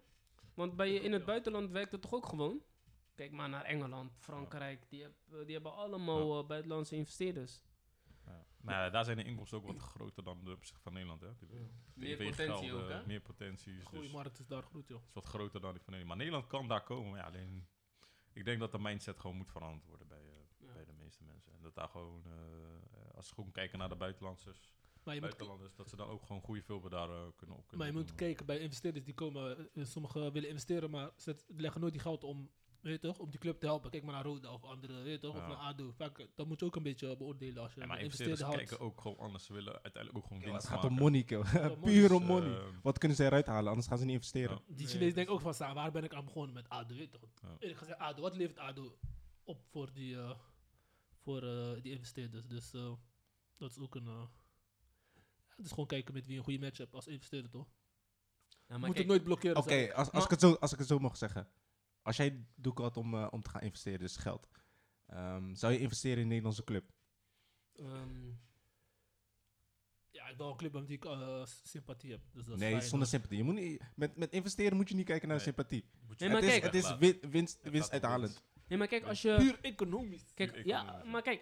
Want bij je, in het buitenland werkt het toch ook gewoon? Kijk maar naar Engeland, Frankrijk. Die, heb- eh, die hebben allemaal eh, buitenlandse investeerders. ja. Maar ja, daar zijn de inkomsten ook wat groter dan de opzicht van Nederland. Hè? Die- die weeggelden, Meer potentie. is Goeie Dus markt is daar goed, joh. het is wat groter dan die van Nederland. Maar Nederland kan daar komen. Maar ja, alleen, ik denk dat de mindset gewoon moet veranderd worden bij, eh, Ja. bij de meeste mensen. En dat daar gewoon, eh, eh, als we gewoon kijken naar de buitenlanders... Maar je moet, buitenlanders, dat ze dan ook gewoon goede filmen daar eh, kunnen op kunnen maar je moet opnoemen. kijken bij investeerders die komen. eh, Sommigen willen investeren, maar ze leggen nooit die geld om, weet je toch, om die club te helpen. Kijk maar naar Roda of andere, weet je toch, of Ja. naar ADO. Vaak, eh, dat moet je ook een beetje beoordelen als je Ja, een maar investeerder investeerders kijken houdt. ook gewoon anders. Ze willen uiteindelijk ook gewoon Ja, winst het gaat om maken. money, kill. money. Puur om Dus, money. eh, Wat kunnen ze eruit halen? Anders gaan ze niet investeren. Ja. Die Nee, Chinezen dat denken ook van, "Sa, waar ben ik aan begonnen met ADO, weet je toch. Ja. Eerlijk gezegd, ADO, wat levert ADO? op voor die, eh, voor, eh, die investeerders. Dus eh, dat is ook een. eh, het is gewoon kijken met wie je een goede match hebt als investeerder, toch? Ja, maar Moet kijk, het nooit blokkeren. Oké, zeg ik. als, als, Maar- ik het zo- als ik het zo mag zeggen. Als jij doek had om, eh, om te gaan investeren, dus geld. ehm, zou je investeren in een Nederlandse club? ehm, Ja, ik wil een club met die ik eh, s- sympathie heb. Dus dat is nee, fijn, zonder dus- sympathie. Je moet niet, met, met investeren moet je niet kijken naar Nee. sympathie. Moet Nee, maar het is, kijk- het is Laat- win- winst, laat winst het uithalend. nee, maar kijk, als je... Puur Eh, economisch. Kijk, Puur ja, economisch. maar kijk,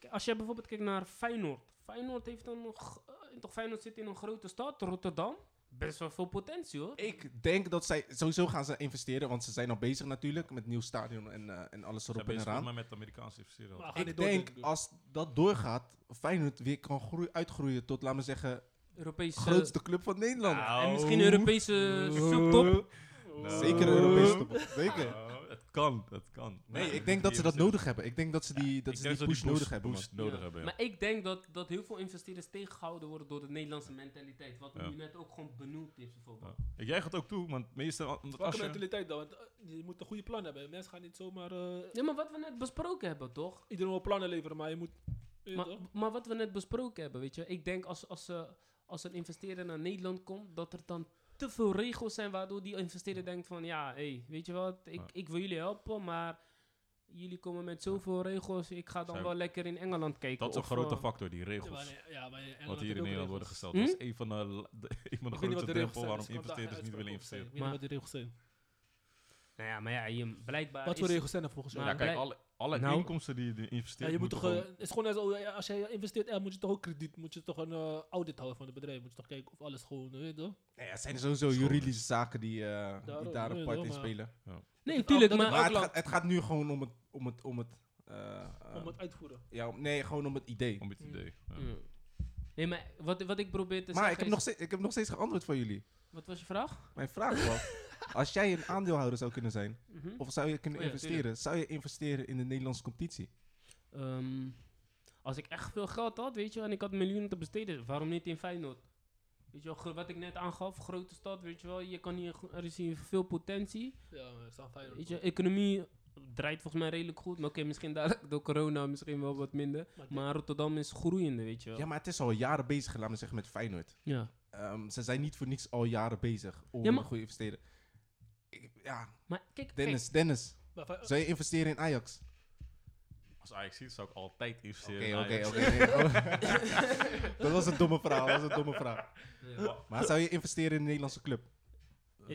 eh, als je bijvoorbeeld kijkt naar Feyenoord. Feyenoord heeft dan nog, eh, toch Feyenoord zit in een grote stad, Rotterdam. Best wel veel potentie hoor. Ik denk dat zij, sowieso gaan ze investeren, want ze zijn nog bezig natuurlijk met nieuw stadion en, eh, en alles Ze erop en bezig volgens eraan. mij met Amerikaanse investeerders. Maar- altijd. gaan Ik dit door, denk denk ik. als dat doorgaat, Feyenoord weer kan groei, uitgroeien tot, laten we zeggen, Europese grootste club van Nederland. Ja, en misschien Oh. Europese zoektop. Nou. Eh, Zeker Eh. Europese top. Zeker. Nou, Het kan, het kan. Nee, Ja, ik denk dat ze dat nodig hebben. Ik denk dat ze die, dat Ik ze denk die push nodig hebben. man. boost nodig Ja. hebben, ja. Maar ik denk dat, dat heel veel investeerders tegengehouden worden door de Nederlandse mentaliteit. Wat Ja. nu net ook gewoon benoemd is bijvoorbeeld. Ja. Ik Jij gaat ook toe, want meestal... Omdat als Welke je, mentaliteit dan? Want eh, je moet een goede plan hebben. Mensen gaan niet zomaar eh Ja, maar wat we net besproken hebben, toch? iedereen wil plannen leveren, maar je moet. weet je Maar, toch? maar wat we net besproken hebben, weet je, ik denk als, als, eh, als een investeerder naar Nederland komt, dat er dan te veel regels zijn waardoor die investeerder denkt van ja, hé, weet je wat, ik, Ja. ik wil jullie helpen, maar jullie komen met zoveel regels, ik ga dan Zijn- wel lekker in Engeland kijken. dat is een of, grote eh, factor, die Ja, maar, regels. nee, ja, maar Engeland Wat heeft hier in ook Nederland regels. worden gesteld. Hm? Dat is een van de, la- de- een van de Ik weet niet wat grootste de regels drempel zijn, waarom dus ik kan daar investeerders niet willen investeren. uitspraken over zeggen. Ik weet niet wat de regels zijn. Nou ja, maar ja, je, blijkbaar Wat voor is- regels zijn er volgens Ja, jou? Ja, kijk, blij- alle, alle Nou. inkomsten die de Ja, investeerders je moet toch, moeten eh, het is gewoon net zo, ja, als jij investeert, eh, moet je toch ook krediet, moet je toch een eh, audit houden van het bedrijf, moet je toch kijken of alles gewoon, eh, weet je toch? Nee, het zijn sowieso Schoon. juridische zaken die, eh, die Daarom, daar nee, een part joh, in maar- spelen. Nee, tuurlijk, dat- maar... Maar ook het lang. gaat, het gaat nu gewoon om het... Om het, om het eh, eh, Om het uitvoeren. ja, om- nee, gewoon om het eh, idee. om het idee. eh, ja. Mm. Nee, maar wat, wat ik probeer te Maar zeggen ik heb, is- nog steeds, ik heb nog steeds geantwoord voor jullie. Wat was je vraag? Mijn vraag was, als jij een aandeelhouder zou kunnen zijn, of zou je kunnen Oh ja, investeren, zou je investeren in de Nederlandse competitie? Ehm, als ik echt veel geld had, weet je, en ik had miljoenen te besteden, waarom niet in Feyenoord? Weet je wel, gro- wat ik net aangaf, grote stad, weet je wel, je kan hier, go- er is hier veel potentie. Ja, maar het staat fijn. Weet je, economie draait volgens mij redelijk goed, maar oké, misschien dadelijk door corona misschien wel wat minder. Maar dit- Maar Rotterdam is groeiende, weet je wel. Ja, maar het is al jaren bezig, laten we zeggen, met Feyenoord. Ja. Ehm, ze zijn niet voor niks al jaren bezig om Ja, maar- een goede investeren. Ik- ja, Maar kijk, Dennis, kijk, Dennis. Maar fijn- Zou je investeren in Ajax? Als Ajax ziet, zou ik altijd investeren. Oké, in oké, Ajax. oké. Dat was een domme vraag, dat was een domme vraag. ja, Maar zou je investeren in een Nederlandse club?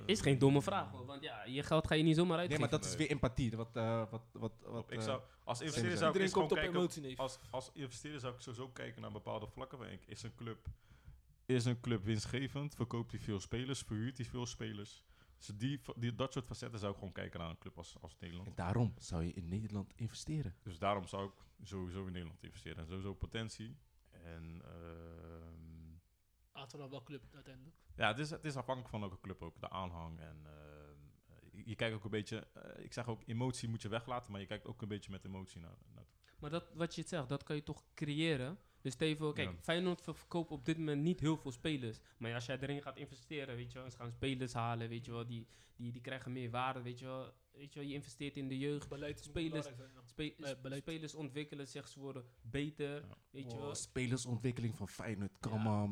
is geen domme vraag hoor, want ja, je geld ga je niet zomaar eh, Nee, uitgeven. maar dat is weer empathie. Wat, eh, wat, wat, wat, Ik eh, zou, als investeerder Iedereen zou ik Iedereen eerst gewoon komt op kijken... emotie, neef. Als, als investeerder zou ik sowieso kijken naar bepaalde vlakken. Van, ik- Is een club, is een club winstgevend? Verkoopt hij veel spelers? Verhuurt hij veel spelers? Dus die, fa- die, dat soort facetten zou ik gewoon kijken naar een club als, als Nederland. En daarom zou je in Nederland investeren. Dus daarom zou ik sowieso in Nederland investeren. En sowieso potentie. En ehm, Arsenal Ah, wel club uiteindelijk. ja, het is, het is afhankelijk van welke club ook. De aanhang en... ehm, je- je kijkt ook een beetje, eh, ik zeg ook emotie moet je weglaten, maar je kijkt ook een beetje met emotie naar. naar Maar dat, wat je het zegt, dat kan je toch creëren. Dus stel je voor, kijk, Ja. Feyenoord ver- verkoopt op dit moment niet heel veel spelers. Maar als jij erin gaat investeren, weet je wel, ze gaan spelers halen, weet je wel, die, die, die krijgen meer waarde, weet je wel. Weet je wel, je investeert in de jeugd. Beleid is Spelers- belangrijk zijn, ja. Spe- Eh, sp- beleid. spelers ontwikkelen zich, ze worden beter, Ja. weet je Oh, wel. spelersontwikkeling van Feyenoord, come Ja. on man.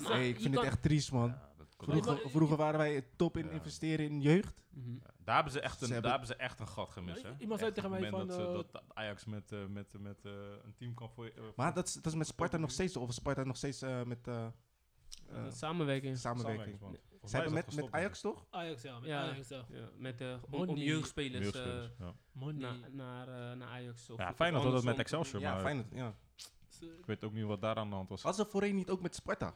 Maar- zeg- Nee, ik je vind het kan- echt triest man. Ja, dat kan ook. Nee, Vroeger, maar- vroeger waren wij het top in Ja. investeren in jeugd. Mhm. Ja, Daar hebben ze echt Ze een, hebben- daar hebben ze echt een gat gemist. Ja, Hè? iemand zei Echt tegen het mij moment van, dat, ze- eh, dat Ajax met, eh, met, met eh, een team kan voor. eh, Maar dat is, dat is met Sparta nog steeds, of Sparta nog steeds eh, met eh, eh, En dat samenwerking. samenwerking. man. Nee. Volgens Ze mij hebben is dat met, met gestopt, man. Ajax toch? Ajax, ja, met Ja. Ajax, ja. Ja, met, eh, om- om, Money. jeugdspelers eh, Jeugdspelers, ja. Money. na- naar, eh, naar Ajax. Of, Ja, of Feyenoord had dat met andersom. Excelsior, Ja, maar Feyenoord, ja. Ze- ik weet ook niet wat daar aan de hand was. Was er voorheen niet ook met Sparta?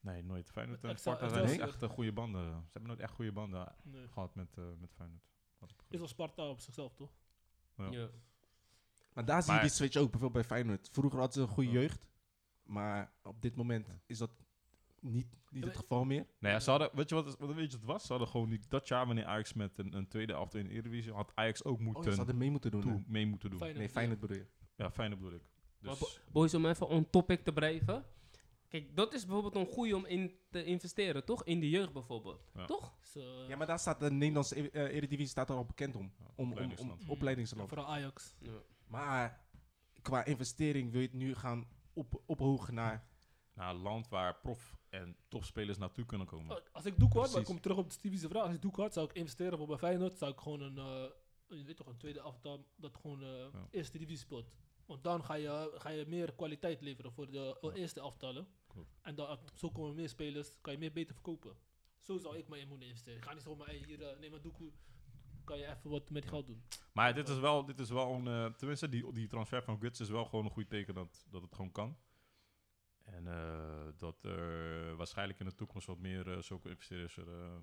Nee, nooit. Feyenoord Met en Excel- Sparta zijn niet Excelsior. echt eh, goede banden. Ze hebben nooit echt goede banden nee. gehad met, eh, met Feyenoord. Had ik Is begrepen. wel Sparta op zichzelf, toch? Ja. Ja. Maar daar zie je Maar- die switch ook, bijvoorbeeld bij Feyenoord. Vroeger hadden ze een goede Ja. jeugd, maar op dit moment is dat niet, niet het maar- geval meer. Oh, Nee, ja, ze hadden, weet je wat, het- wat, weet je wat het was? Ze hadden gewoon die, dat jaar wanneer Ajax met een, een tweede afdeling in de Eredivisie had Ajax ook Oh, ja, ze moeten hadden mee moeten doen. hè? toe, mee moeten doen. Feyenoord. Nee, Feyenoord bedoel je. Ja, Feyenoord bedoel ik. Dus, Maar bo- boys, om even on topic te blijven. Kijk, dat is bijvoorbeeld een goede om in te investeren, toch? In de jeugd bijvoorbeeld. Ja. Toch? Dus, eh, Ja, maar daar staat de Nederlandse e- eh, Eredivisie staat er al bekend om. eh, om, om, om, opleidingsland. en opleidingsland. vooral Ajax. Maar qua investering wil je het nu gaan op, ophogen naar... Naar een land waar prof- en topspelers naartoe kunnen komen. Oh, Als ik doe kwart, maar ik Precies. kom terug op de typische vraag. Als ik doe kwart, zou ik investeren voor bij Feyenoord. Zou ik gewoon een, eh, je weet toch, een tweede aftal dat gewoon eh, Ja. eerste divisie speelt. Want dan ga je, ga je meer kwaliteit leveren voor de eh, eerste aftallen. Klopt. En dan, zo komen meer spelers, kan je meer beter verkopen. Zo zou ik maar in moeten investeren. Ik ga niet zomaar hey, hier, eh, neem maar doekoe. Kan je even wat met die geld doen? Maar dit is wel, dit is wel een. eh, tenminste, die, die transfer van Guts is wel gewoon een goed teken dat, dat het gewoon kan. En eh, dat er waarschijnlijk in de toekomst wat meer eh, zulke investeerders er, eh, eh,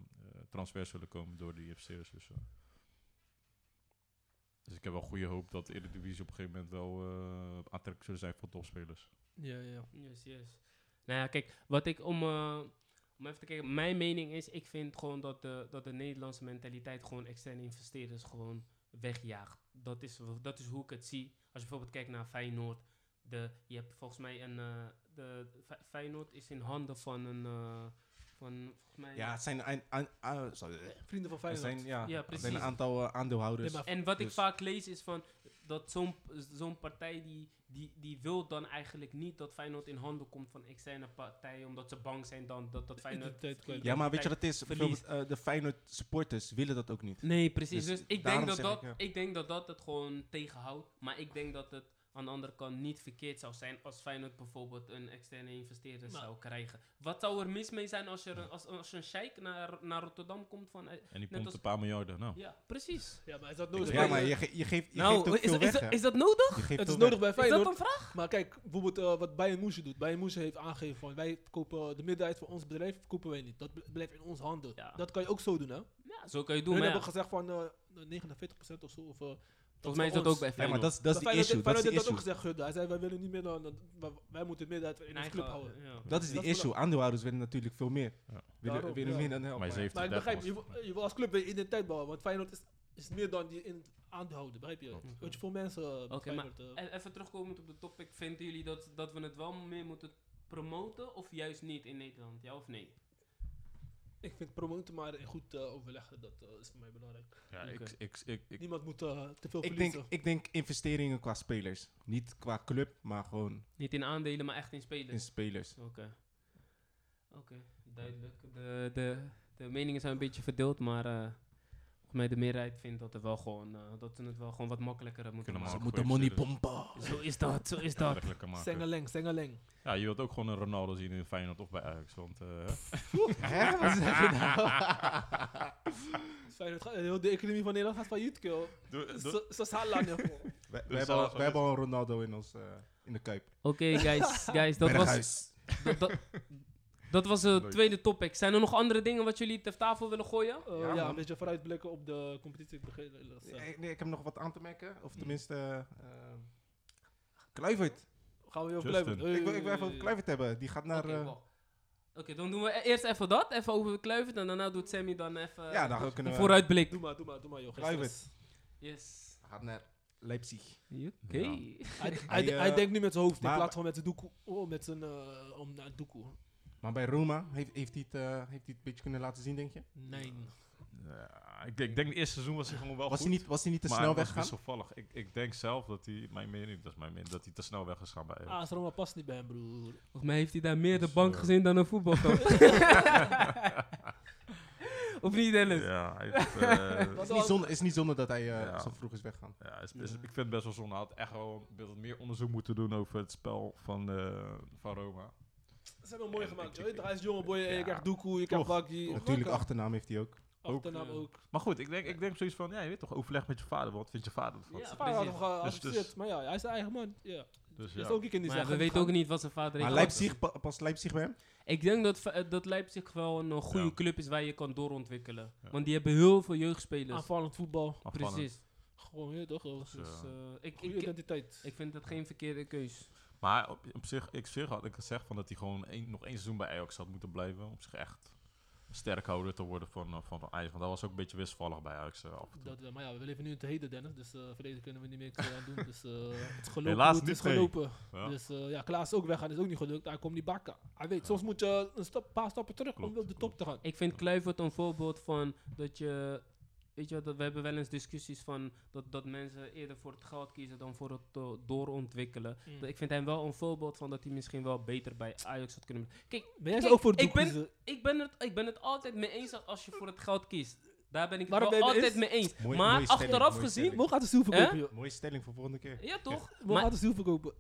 transfers zullen komen door die investeerders. Dus, eh. dus ik heb wel goede hoop dat de Eredivisie op een gegeven moment wel eh, aantrekkelijk zullen zijn voor topspelers. Ja, ja. Yes, yes. Nou ja, kijk, wat ik om, eh, om even te kijken, mijn mening is, ik vind gewoon dat de, dat de Nederlandse mentaliteit gewoon externe investeerders gewoon wegjaagt. Dat is, w- dat is hoe ik het zie. Als je bijvoorbeeld kijkt naar Feyenoord, de, je hebt volgens mij een, eh, de, Fe- Feyenoord is in handen van een, eh, van volgens mij... Ja, het zijn, een, een- ah, sorry. Het Vrienden van Feyenoord. zijn, ja, Ja, het zijn precies. een aantal eh, aandeelhouders. Nee, maar- En wat ik Dus- vaak lees is van dat zo'n zo'n partij die, die, die wil dan eigenlijk niet dat Feyenoord in handen komt van externe partijen, omdat ze bang zijn dan dat, dat Feyenoord. Identiteit kwijt. ja, maar weet je wat het is? verlies. Bijvoorbeeld, eh, de Feyenoord supporters willen dat ook niet. Nee, precies. Dus, Dus ik, denk daarom dat zeg dat, ik, ik, ja. denk dat dat het gewoon tegenhoudt. Maar ik denk dat het aan de andere kant niet verkeerd zou zijn als Feyenoord bijvoorbeeld een externe investeerder Maar- zou krijgen. Wat zou er mis mee zijn als je, een- als, als je een sheik naar, naar Rotterdam komt van... eh, En die Net pompt als- een paar miljarden. Nou, Ja, precies. Ja, maar is dat Ja, nodig? maar je, ge- je geeft, je geeft nou, ook is, veel is, weg, is, hè. is dat nodig? Je geeft het is veel nodig bij Is dat Feyenoord. een vraag? Maar kijk, bijvoorbeeld eh, wat Bayern Moesje doet. Bayern Moesje heeft aangegeven van wij kopen de meerderheid van ons bedrijf, kopen wij niet. Dat bl- blijft in onze handen. Ja. Dat kan je ook zo doen, hè? Ja, zo kan je Toen doen, maar hebben ja, we gezegd van eh 49% of zo. Of, eh, volgens mij is dat van ook bij ons. Ja, Feyenoord. maar dat is, dat is Maar de Feyenoord- issue. Dat is Feyenoord de heeft dat issue. ook gezegd, Gudde. Hij zei wij willen niet meer dan, dan- wij- wij moeten de meerderheid in onze club houden. Dat is die dat is wel- issue. Aandeelhouders willen natuurlijk veel meer. Ja. Willen, Daarom, willen ja. meer dan de helft. maar Maar- 70 Maar ik begrijp, je, was- wil- je wil als club je identiteit bouwen. Want Feyenoord is, is meer dan die in aan te houden, begrijp je? Klopt. Weet je, veel mensen eh, bij Oké, maar- Feyenoord, eh, En E-, even terugkomend op de topic, vinden jullie dat, dat we het wel meer moeten promoten of juist niet in Nederland? Ja of nee? ik vind promoten maar in goed eh, overleg, dat eh, is voor mij belangrijk. Ja, ik, Oké. ik, ik, ik, Niemand moet eh, te veel Ik verliezen. denk, ik denk investeringen qua spelers. Niet qua club, maar gewoon Niet in aandelen, maar echt in spelen. in spelers. Oké. Oké, duidelijk. De, de, de meningen zijn een beetje verdeeld, maar eh, volgens mij de meerderheid vindt dat, er wel gewoon, eh, dat ze het wel gewoon wat makkelijker moeten Kunnen maken. Ze maken. moeten goede money spelers. pompen. Zo is dat, zo is dat. Aantrekkelijker maken. Sengeleng, Sengeleng. Ja, je wilt ook gewoon een Ronaldo zien in Feyenoord of bij Ajax. Want eh, Hè? Wat zeg je nou? Feyenoord gaat- heel de economie van Nederland gaat failliet, kill. doe- doe- Salah nu. We, Dus we, hebben, dat al, is- we hebben al een Ronaldo in, ons, eh, in de kuip. Oké, guys, guys, dat was... Berghuis. Dat, dat, dat was het Leuk. tweede topic. Zijn er nog andere dingen wat jullie ter tafel willen gooien? Eh, Ja, ja, man. een beetje vooruitblikken op de competitie. Ik begreep dat, eh, Nee, nee, ik heb nog wat aan te merken. Of tenminste... eh, ehm, Kluivert. Gaan we weer over Justin. Kluivert? Ik wil, ik wil even over Kluivert hebben. Die gaat naar... Oké, eh, wacht. Oké, dan doen we e- eerst even dat. Even over Kluivert. En daarna doet Sammy dan even ja, daar een kunnen we... vooruitblik. Doe maar, doe maar, doe maar, joh. Geen Kluivert. stress. Yes. Hij gaat naar Leipzig. Oké. Hij, Hij, hij, eh, hij denkt nu met zijn hoofd in maar- plaats van met zijn doekoe. Oh, met zijn... eh, om naar doekoe. Maar bij Roma heeft, heeft, hij het, eh, heeft hij het een beetje kunnen laten zien, denk je? Nee. ja, ik, denk- ik denk het eerste seizoen was hij gewoon wel Was goed. hij niet, was hij niet te maar snel het was weggaan? wisselvallig. Ik, ik denk zelf dat hij, mijn mening, dat is mijn mening, dat hij te snel weg is gaan bij Ajax. AS Roma Ah, past niet bij hem, broer. Volgens mij heeft hij daar meer de Dus, bank eh, gezien dan een voetbalkamp. of niet, Dennis? Ja, hij heeft, eh, Wat Het is niet dan? zonde, is niet zonde dat hij eh, Ja. zo vroeg is weggaan. ja, hij is best- ik vind het best wel zonde. Hij had echt wel wat meer onderzoek moeten doen over het spel van, eh, van Roma. Ze hebben hem mooi gemaakt, ik- joh. Hij is jonge boy. Ja. Je krijgt doekoe, je krijgt bakkie. Natuurlijk, achternaam heeft hij ook. Achternaam Ook, ja. ook. Maar goed, ik denk, ik denk zoiets van, ja, je weet toch, overleg met je vader. Wat vindt je vader ervan? Ja. Zijn vader had hem precies. geaccepteerd, Dus- dus- maar ja, hij is zijn eigen man. Ja. Dus Dat ja, is ook ik in die Maar zaak. we weten ook niet wat zijn vader heeft. Maar gehad. Leipzig, pa- past Leipzig bij hem? Ik denk dat, eh, dat Leipzig wel een eh, goede Ja. club is waar je kan doorontwikkelen. Ja. Want die hebben heel veel jeugdspelers. Aanvallend voetbal. afvallend. Precies. Gewoon, ja, toch? joh. Dus, Dus, eh, eh, ik, Goede ik, identiteit. ik vind dat geen verkeerde keus. Maar op, op zich, ik op zich had ik gezegd van dat hij gewoon één- nog één seizoen bij Ajax had moeten blijven. Om zich echt sterkhouder te worden van, eh, van, van Ajax. Want dat was ook een beetje wisselvallig bij Ajax eh, af en toe. Dat, wel, maar ja, we leven nu in het heden, Dennis. Dus eh verleden kunnen we niet meer aan doen. Dus eh, het is gelopen. Helaas hoe het is niet, nee. gelopen. Ja. Dus eh, ja, Klaas is ook weggaan. Is ook niet gelukt. Hij komt niet bakken. Hij weet, soms moet je eh, een stap, paar stappen terug Klopt, om weer op de top te gaan. Ik vind Kluivert een voorbeeld van dat je. Weet je, dat we hebben wel eens discussies van dat, dat mensen eerder voor het geld kiezen dan voor het eh, doorontwikkelen. Mm. Ik vind hem wel een voorbeeld van dat hij misschien wel beter bij Ajax had kunnen. Kijk, Maar jij is Kijk, ook voor het ik doel ben- kiezen. ik ben het, ik ben het altijd mee eens dat als je voor het geld kiest. Daar ben ik het Waarom wel ben je het altijd eens? mee eens. Mooie- maar mooie stelling, achteraf mooie gezien. stelling. Mo gaat de ziel verkopen, joh. Mooie stelling voor volgende keer. Ja, toch? Mo Maar- gaat de ziel verkopen.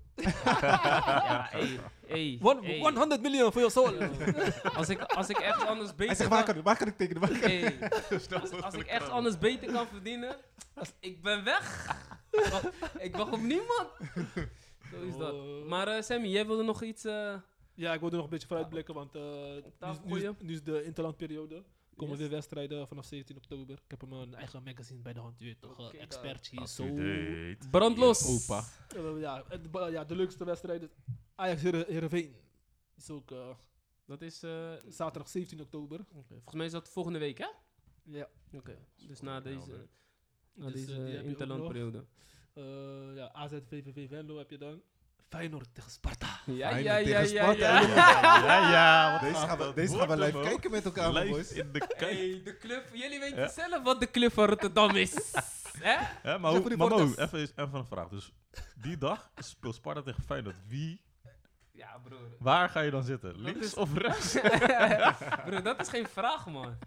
ja, hey, hey, One- hey. 100 miljoen voor je soul. Als ik, als ik echt anders Hij beter zegt, kan- waar kan, ik- waar kan ik tekenen? Waar kan ik- Hey, als, als ik echt anders beter kan verdienen, ik ben weg. Ik wacht- ik wacht op niemand. Zo is dat. Oh. Maar eh, Sammy, jij wilde nog iets. eh, Ja, ik wil er nog een beetje vooruitblikken, want eh, nu, is- nu, gooien. is, nu is de interlandperiode. Komen Yes. weer wedstrijden vanaf 17 oktober. Ik heb hem eh, een eigen magazine bij de hand, je weet toch, eh, Oké, expert hier, zo. Up-to-date. brandlos. Opa. Eh, ja, het ba- ja, de leukste wedstrijd is Ajax Heere- Heerenveen. Is ook eh, Dat is. eh, zaterdag 17 oktober. volgens mij is dat volgende week, hè? Ja. Oké. Dus na deze, na nou, eh, Dus, eh, deze die heb je ook interlandperiode. nog. Eh, ja, AZ, VVV, Venlo heb je dan. Feyenoord tegen Sparta. Ja, Feyenoord ja, ja, tegen ja, Sparta. ja. Ja, ja. wat Deze gaat gaan we, dat deze gaan we worden, live man. kijken met elkaar, man, Live boys. in de kijk. Hey, de club. Jullie weten Ja. zelf wat de club van Rotterdam is. Hè? Hè, maar Zeg hoe, voor die maar Mo, podcast. even, eens- even een vraag. Dus die dag speelt Sparta tegen Feyenoord. Wie, Ja, broer. waar ga je dan zitten? Links is- of rechts? Bro, dat is geen vraag, man.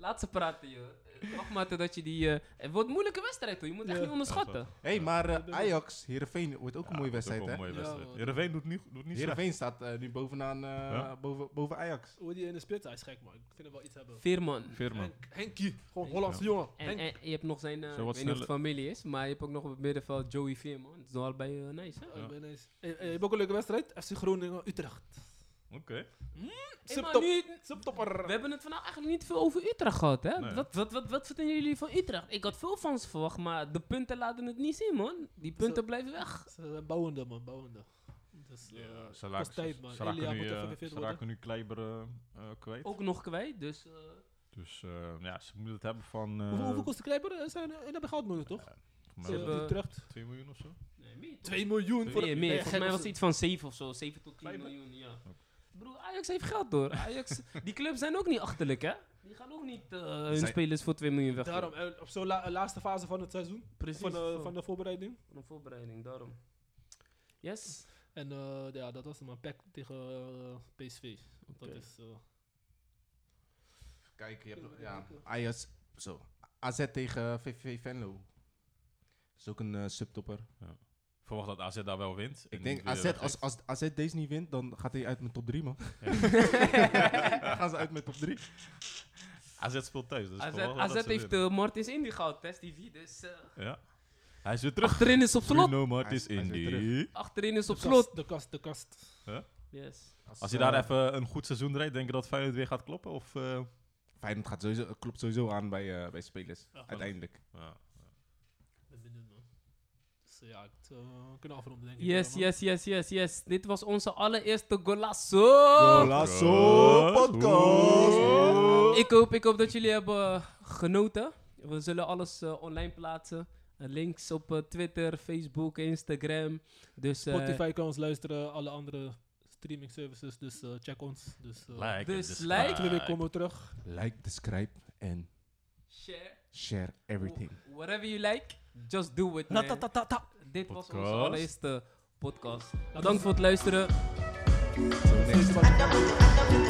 Laat ze praten, joh. Eh, Wacht maar totdat je die... eh, het wordt een moeilijke wedstrijd, hoor. Je moet echt Ja. niet onderschatten. Hé, hey, maar eh, Ajax, Heerenveen wordt ook een mooie wedstrijd, Ook wel hè? een mooie Ja, wedstrijd. man. Heerenveen doet niet, doet niet slecht. Heerenveen staat eh, nu bovenaan, eh, Ja. boven, boven Ajax. Hoe die in de spits? Hij is gek, man. Ik vind hem wel iets hebben. Veerman. Veerman. Henk, Henkie, gewoon Hollandse jongen. En, Henk. en je hebt nog zijn... eh, ik Zo weet wat niet of het sneller. familie is, maar je hebt ook nog op het middenveld Joey Veerman. Dat is nog allebei eh, nice, hè? Oh, ik Ja. ben eens. Hey, hey, je hebt ook een leuke wedstrijd. FC Groningen, Utrecht. Oké. Hey, maar Subtop- nu- Subtopper. we hebben het vandaag eigenlijk niet veel over Utrecht gehad, hè? Nee. Wat, wat, wat, wat vinden jullie van Utrecht? Ik had veel van ze verwacht, maar de punten laten het niet zien, man. Die punten Zo. blijven weg. Ze zijn bouwende, man, bouwende. Dus, eh, Ja, Ze kost tijd, raken- man. ze Elia raken moet nu, even eh, gefit ze worden. raken nu Kleiber eh, eh, kwijt. Ook nog kwijt, dus... eh, Dus eh, ja, ze moeten het hebben van eh, Hoeveel, hoeveel kost de Kleiber? Eh, Zijn, eh, hebben goud miljoen, toch? volgens Ze mij hebben- hebben Utrecht. 2 miljoen of zo. nee, meer, toch? 2 miljoen voor meer, de- meer. Nee, Volgens gek, mij was dat het is- iets van 7 of zo. 7 tot 10 Klein be- miljoen, ja. Broer, Ajax heeft geld door. Ajax, die clubs zijn ook niet achterlijk, hè? Die gaan ook niet eh, hun Zij- spelers voor 2 miljoen weg. Daarom, eh, op zo'n la- eh, laatste fase van het seizoen. Precies. Van de, van de voorbereiding. van de voorbereiding, daarom. Yes. En eh, ja, dat was hem. Een pack tegen eh, PSV. Dat Oké. is... eh, Kijk, je hebt nog- ja, Ajax, zo. AZ tegen VVV Venlo. Dat is ook een eh, subtopper. Ik verwacht dat AZ daar wel wint. Ik En denk, die weer AZ, weg als, als AZ deze niet wint, dan gaat hij uit met top 3, man. dan gaan ze uit met top 3. is. AZ speelt thuis. Dus ik AZ, verwacht wel dat AZ ze heeft winnen. eh, Martins Indy gehad, hè, Stevie. Dus eh, Ja. Hij is weer terug. achterin is op slot. Bruno Martins Hij is- hij is weer Indy. Achterin is op de kast, slot. De kast, de kast. Yes. Als hij daar eh, even een goed seizoen rijdt, denk je dat Feyenoord weer gaat kloppen? Of, eh, Feyenoord gaat sowieso, klopt sowieso aan bij, eh, bij spelers, gewoon. uiteindelijk. ja. Ik ben benieuwd, man. Dus eh, ja, het, eh, we kunnen afronden, denk ik. Yes, wel, man. yes, yes, yes, yes. Dit was onze allereerste golazo. Golazo podcast! Ehm, Ik hoop, ik hoop dat jullie hebben eh, genoten. We zullen alles eh, online plaatsen. Eh, links op eh, Twitter, Facebook, Instagram. Dus, eh, Spotify kan ons luisteren. Alle andere streaming services. Dus eh, check ons. Dus, eh, Like Dus and like. Volgende week subscribe. komen we terug. Like, describe en share. share everything. Wh- Whatever you like, just do it. Na, man. ta, ta, ta, ta. Dit was onze Podcast. allereerste podcast. Bedankt voor het luisteren. Till next time. Anda, anda, anda,